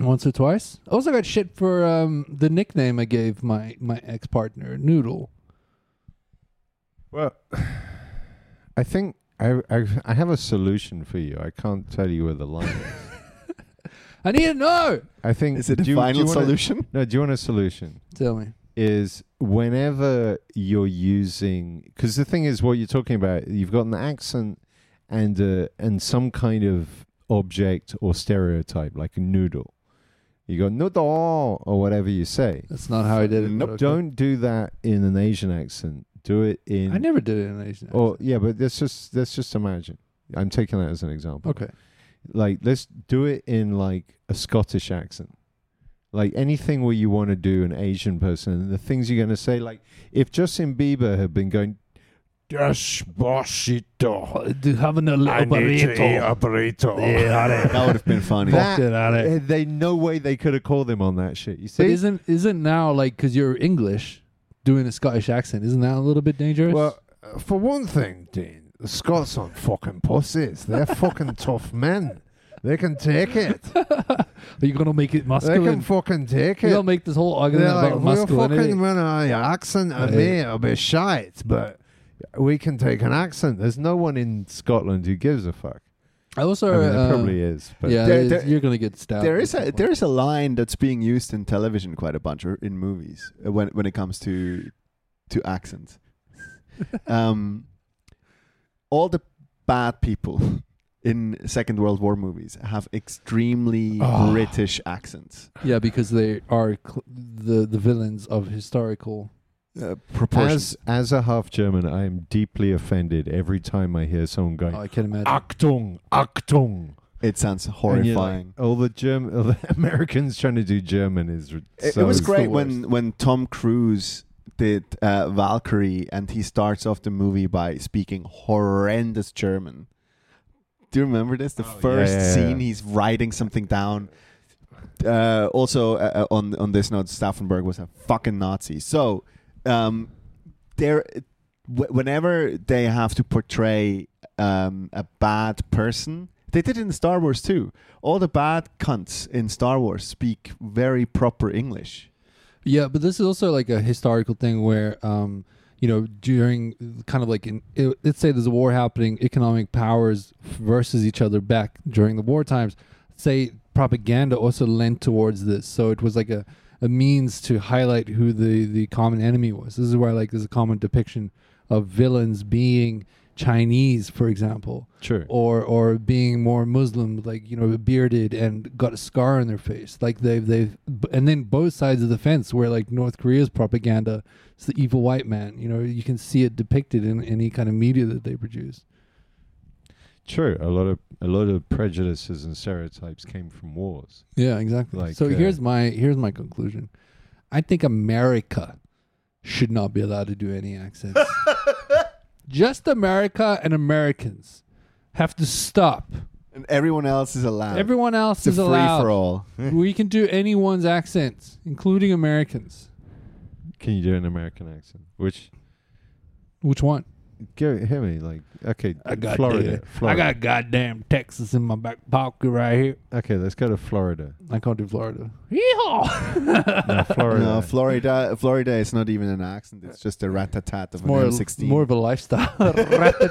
Once or twice. I also got shit for um, the nickname I gave my, my ex partner, Noodle.
Well, I think I, I I have a solution for you. I can't tell you where the line. is.
I need to know.
I think
Is it a
do you- do
final
you wanna-
solution?
no, do you want a solution?
Tell me.
Is whenever you're using because the thing is what you're talking about. You've got an accent and uh, and some kind of object or stereotype like a noodle. You go noodle or whatever you say.
That's not how I did it.
Nope.
but okay.
Don't do that in an Asian accent. Do it in
I never did it in Asian.
or yeah, but let's just let's just imagine. I'm taking that as an example.
okay.
Like let's do it in like a Scottish accent. Like anything where you want to do an Asian person and the things you're gonna say, like if Justin Bieber had been going Despacito.
Do having a little
That would have been funny.
That-
Fucking hell.
eh, They no way they could have called him on that shit. You
But
see?
isn't isn't now like because you're English, doing a Scottish accent? Isn't that a little bit dangerous?
Well, uh, for one thing, Dean, the Scots aren't fucking pussies. They're fucking tough men. They can take it.
are you gonna make it
They can
masculine?
fucking take
You
it.
gonna make this whole
They're
argument
like,
about
we'll fucking
masculinity?
run on your accent and
Hey.
me, it'll be shite, but we can take an accent. There's no one in Scotland who gives a fuck.
I also
I mean, there
uh,
probably is, but
yeah,
There-
there's-
there-
you're gonna get stabbed.
there
at
is
some
a
point.
there is a line that's being used in television quite a bunch or in movies uh, when when it comes to to accents. um, all the bad people in Second World War movies have extremely
Oh.
British accents.
Yeah, because they are cl- the the villains of historical
uh, proportions.
As as a half German, I am deeply offended every time I hear someone going
Oh, I can
Ah.
imagine.
Achtung, Achtung.
it sounds
And you're
horrifying.
Like, all the German, all the Americans trying to do German is. r-
It,
so
it was
it's the
great when, when Tom Cruise did uh, Valkyrie and he starts off the movie by speaking horrendous German. Do you remember this? The
Oh, yeah,
first
yeah, yeah.
scene, he's writing something down. Uh, also, uh, uh, on on this note, Stauffenberg was a fucking Nazi. So, um, there, wh- whenever they have to portray um, a bad person, they did it in Star Wars too. All the bad cunts in Star Wars speak very proper English.
Yeah, but this is also like a historical thing where, um, you know, during kind of like, in, it, let's say there's a war happening, economic powers versus each other back during the war times. Say propaganda also lent towards this, so it was like a, a means to highlight who the the common enemy was. This is why like there's a common depiction of villains being Chinese, for example
True.
or or being more Muslim, like you know, bearded and got a scar on their face, like they've they've, b- and then both sides of the fence where like North Korea's propaganda, it's the evil white man. You know, you can see it depicted in any kind of media that they produce.
True. A lot of a lot of prejudices and stereotypes came from wars.
Yeah, exactly.
Like,
so
uh,
here's my here's my conclusion. I think America should not be allowed to do any accents. Just America and Americans have to stop.
And everyone else is allowed.
Everyone else
Uh, it's a
is
free
allowed.
for all.
we can do anyone's accents, including Americans.
Can you do an American accent? Which
Which one?
go hear me like okay,
I got
Florida,
damn-
Florida.
I got goddamn Texas in my back pocket right here.
okay, let's go to Florida.
I can't do Florida. Yeehaw!
No, Florida.
No, Florida. Florida is not even an accent. It's just a rat-a-tat of
more,
an M16.
more of a lifestyle.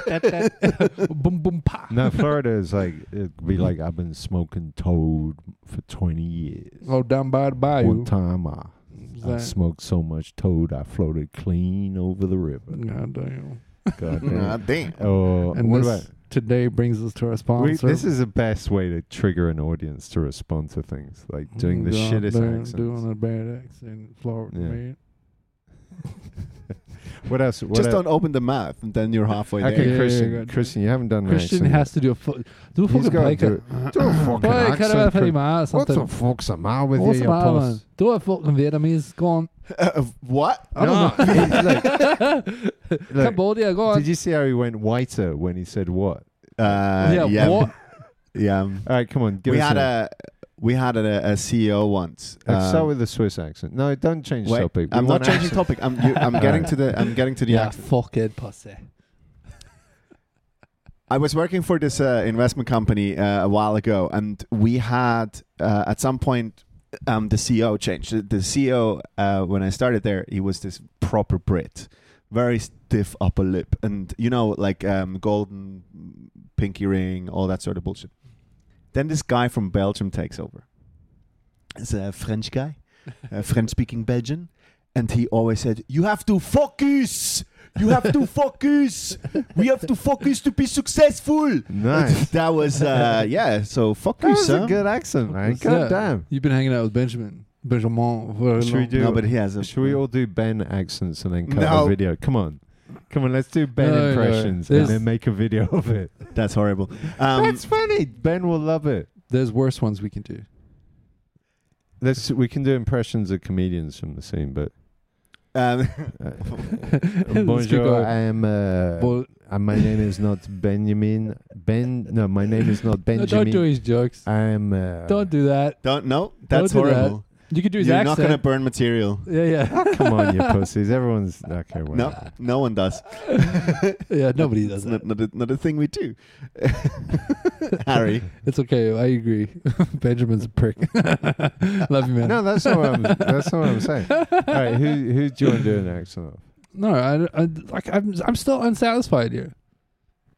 Rat-a-tat-tat. boom, boom, pa.
No, Florida is like it'd be like I've been smoking toad for twenty years.
Oh, down by the
One
bayou.
time I, I
That-
smoked so much toad I floated clean over the river.
Goddamn.
God
Ah,
damn.
damn.
Oh,
And
what
this
about?
today brings us to our
We,
sponsor.
this is the best way to trigger an audience to respond to things like doing the
Goddamn,
shittest accents.
Doing a bad accent, Florida
Yeah.
man.
What else? What
just
else?
don't open the mouth, and then you're halfway
Okay,
there.
Yeah,
Christian,
yeah, yeah.
Christian, you haven't done an
Christian
accent
has to do a fu- do a
He's
fucking
gotta do
biker.
it. yet. do a fucking
Boy, cut
accent.
off any
Chris.
miles,
What
something.
the fuck's the matter with
What's
you,
the
you
matter, man?
puss?
Do a fucking Vietnamese. Go on.
Uh, what?
I don't
No,
know.
look,
Cambodia. Go on.
Did you see how he went whiter when he said what?
Uh, yeah, yeah.
what?
All right, come on, give
We
us
had
a.
a we had a, a CEO once.
Let's
um,
start with the Swiss accent. No, don't change
wait,
topic. We
I'm not
want
changing
accent.
topic. I'm you, I'm getting
Alright.
to the I'm getting to the
yeah,
accent.
fucking pussy.
I was working for this uh, investment company uh, a while ago, and we had uh, at some point um, the CEO changed. The, the CEO uh, when I started there, he was this proper Brit, very stiff upper lip, and you know, like um, golden pinky ring, all that sort of bullshit. Then this guy from Belgium takes over. It's a French guy, a French-speaking Belgian, and he always said, "You have to focus." You have to focus. We have to focus to be successful.
Nice.
that was uh, yeah. So fuck
That
you,
was
sir.
a good accent, man.
Yeah.
God damn.
You've been hanging out with Benjamin. Benjamin. for a
Should we
long-
do-
no, but he has a.
Should we all do Ben accents and then cut
No.
a video? Come on. Come on, let's do Ben
No, no,
impressions
there's-
and then make a video of it.
That's horrible. Um,
That's funny. Ben will love it.
There's worse ones we can do.
Let's we can do impressions of comedians from the scene, but
um,
uh,
Let's keep
bonjour.
going.
I am. Uh,
Bo-
uh, my name is not Benjamin. Ben. No, my name is not
no, don't
Benjamin.
do his jokes.
I am. Uh,
Don't do that.
don't no. That's
Don't do that.
horrible.
You could do his
You're
accent.
not gonna burn material.
yeah, yeah,
Ah, Come on, you pussies. Everyone's okay. Well,
No, no one does.
yeah. Nobody does
That's
that.
not not a, not a thing we do. Harry,
It's okay. I agree. Benjamin's a prick. Love you, man.
No, that's not what I'm. That's not what I'm saying. All right, who who do you want to do an accent of?
No, I, I like I'm I'm still unsatisfied here.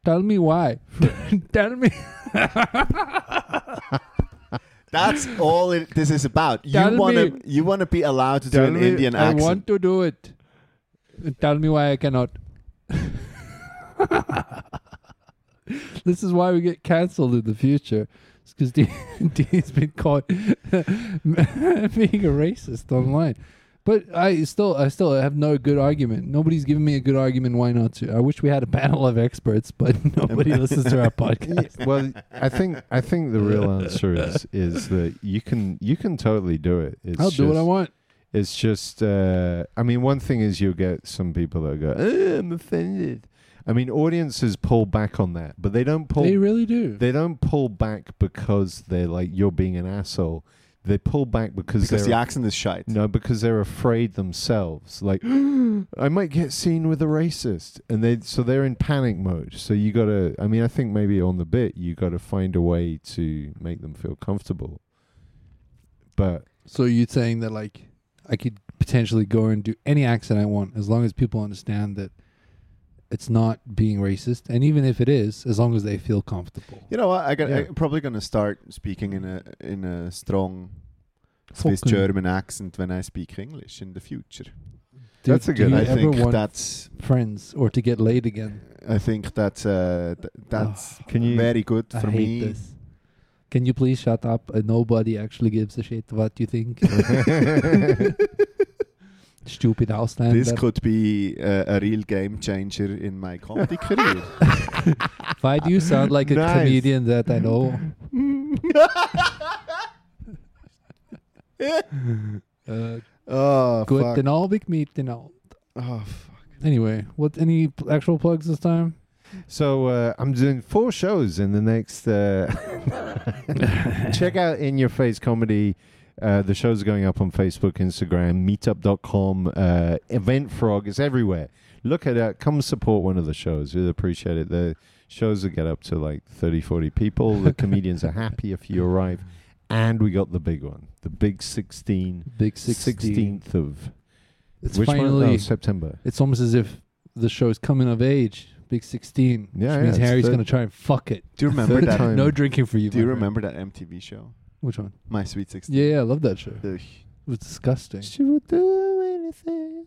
Tell me why. Tell me.
that's all it, this is about. You
Tell
wanna
me-
you wanna be allowed to do
Tell
an
me-
Indian
I
accent.
want to do it. Tell me why I cannot. this is why we get cancelled in the future. It's because Dean's been caught being a racist online. But I still, I still have no good argument. Nobody's giving me a good argument why not to. I wish we had a panel of experts, but nobody listens to our podcast.
Yeah, well, I think I think the real answer is is that you can you can totally do it. It's
I'll do what I
just-
want.
It's just, uh, I mean, one thing is you'll get some people that go, "Oh, "I'm offended." I mean, audiences pull back on that, but they don't pull.
They really do.
they don't pull back because they're like you're being an asshole. They pull back because,
because the
they're
accent is shite.
no, because they're afraid themselves. Like, I might get seen with a racist, and they so they're in panic mode. So you gotta. I mean, I think maybe on the bit you gotta find a way to make them feel comfortable. But
so you're saying that like I could potentially go and do any accent I want as long as people understand that it's not being racist, and even if it is, as long as they feel comfortable.
You know what? I got,
Yeah.
I'm probably going to start speaking in a in a strong Swiss
Fucking-
German accent when I speak English in the future.
Do-
That's a
do
good
you
I
ever
think
want
that's
friends or to get laid again.
I think that's uh, th- that's
can you?
very good
Ah, I
for
hate
me.
this. Can you please shut up? Uh, nobody actually gives a shit what you think. Stupid Ausländer.
This could be uh, a real game changer in my comedy career.
Why do you sound like a
Nice.
comedian that I know? uh,
Oh,
good
fuck.
den Albig meet den Al.
oh, fuck.
Anyway, what any pl- actual plugs this time?
So uh, I'm doing four shows in the next. Uh, check out In Your Face Comedy. Uh, the show's going up on Facebook, Instagram, meetup.com, uh, Event Frog. It's everywhere. Look at that. Come support one of the shows. We'd appreciate it. The shows will get up to like 30, 40 people. The comedians are happy if you arrive. And we got the big one, the big 16,
Big 16.
16th of
It's
which one? Oh,
finally,
September.
it's almost as if the show is coming of age. Big 16.
Yeah,
which
yeah,
means
it's
Harry's
third-
going to try and fuck it.
Do you remember
Third
that?
time.
No drinking for you.
Do you
my friend.
remember that MTV show,
Which one?
My Sweet Sixteen?
Yeah, yeah, I love that show. It
Ugh.
was disgusting.
She will do anything.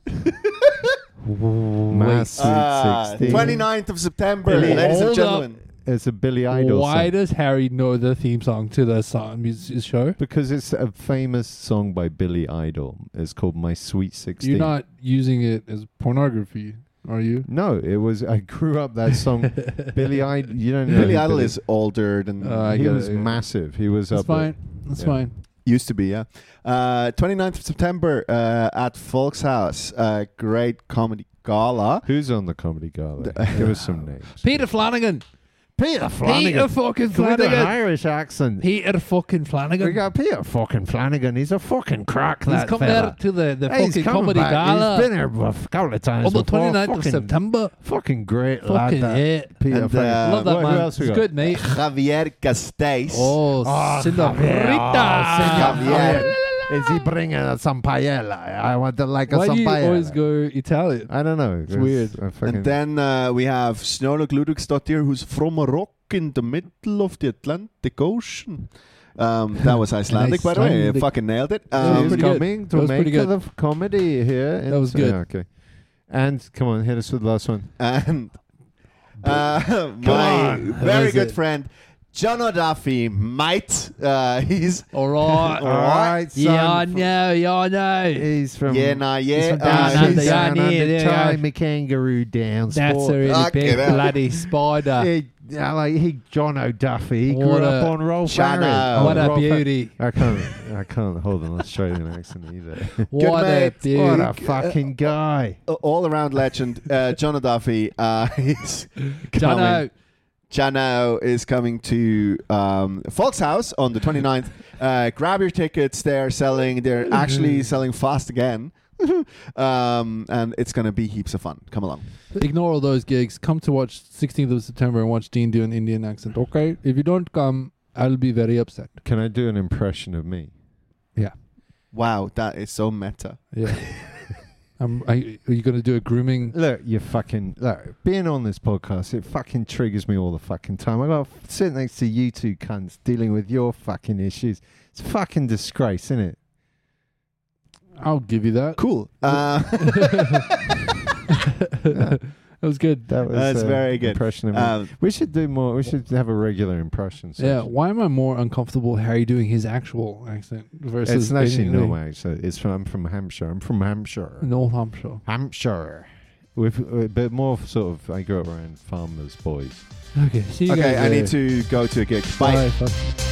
Wait.
Mass
Ah,
16.
29th of September,
Billy,
ladies
hold
and
up.
gentlemen.
It's a Billy Idol
Why
song.
does Harry know the theme song to the song his, his show?
Because it's a famous song by Billy Idol. It's called My Sweet 16.
You're not using it as pornography, are you?
No, it was. I grew up that song. Billy Idol. You don't know.
Billy
who
Idol is older than
Uh, I
he
get
was
it, yeah.
massive. He was
That's
up. there.
fine. That's
Yeah.
fine.
Used to be, yeah. Uh, 29th of September uh, at Folks House, a great comedy gala.
Who's on the comedy gala? Give us some names.
Peter Flanagan.
Peter
Peter fucking
With an
Flanagan.
Irish accent.
Peter fucking Flanagan.
we got Peter fucking Flanagan. He's a fucking crock.
He's
that
come
fella.
there to the, the
Hey, he's
fucking
coming
comedy
back.
gala
He's been here a f- couple of times.
on the
before.
29th of
Fucking-
September.
Fucking great
Fucking
lad. that
yeah.
Peter
And,
Frank.
uh,
Love that
What-
man.
Who else we
it's
got?
good, mate.
Javier Castells.
Oh,
Oh,
Cinderita.
Ah, Javier.
Javier.
Is he bringing us some paella? I want to like
Why
some
do you
paella.
always go Italian?
I don't know. It's,
weird.
I fucking-
And then uh, we have Snorlok Ludwigsdottir, who's from a rock in the middle of the Atlantic Ocean. Um, that was Icelandic, by the way. You
Icelandic.
fucking nailed it.
was
She's
Um,
pretty good.
coming
uh, That
to
was
make
pretty
the
good.
f- comedy here. in-
That was good.
Yeah, okay. And come on, hit us with the last one.
and uh, my
on. That
very
was
good
it.
friend, John O'Duffy, might. Uh, he's
All right.
All right,
Uh, Yeah, no, yeah, no.
He's from.
yeah, nah, yeah.
from
uh,
down under,
he's-
yeah. down here, there you go.
Tie my kangaroo down.
That's a
sport.
really
Fuck
big
it up.
bloody spider.
He, I like he, John O'Duffy. He
What
grew up
a-
on Rolf
John
Harris.
O.
What a
Rolf Harris.
beauty.
I can't. I can't hold an Australian accent either.
What a
mate.
what
beauty.
a fucking guy!
a- all-around legend, uh, John O'Duffy. Uh, he's
Jono.
coming. Jano is coming to um, Folks House on the 29th. Uh, grab your tickets. They're selling. They're actually selling fast again. um, and it's going to be heaps of fun. Come along.
Ignore all those gigs. Come to watch 16th of September and watch Dean do an Indian accent, okay? If you don't come, I'll be very upset.
Can I do an impression of me?
Wow, that is so meta.
Yeah. um, are you, are you going to do a grooming?
Look, you fucking look. Being on this podcast, it fucking triggers me all the fucking time. I got to sit next to you two cunts dealing with your fucking issues. It's fucking disgrace, isn't it?
I'll give you that.
Cool. Uh,
I That was good.
That was
That's
uh,
very good.
Impression of me.
Um,
we should do more. We should have a regular impression.
Yeah.
section.
Why am I more uncomfortable Harry doing his actual accent versus
it's actually
anything-
no actually. It's from I'm from Hampshire. I'm from Hampshire.
an old hump show?
Hampshire. With a bit more of sort of I grew up around farmers boys.
Okay. See you
okay,
guys
I need
later.
to go to a gig. Bye.
Bye.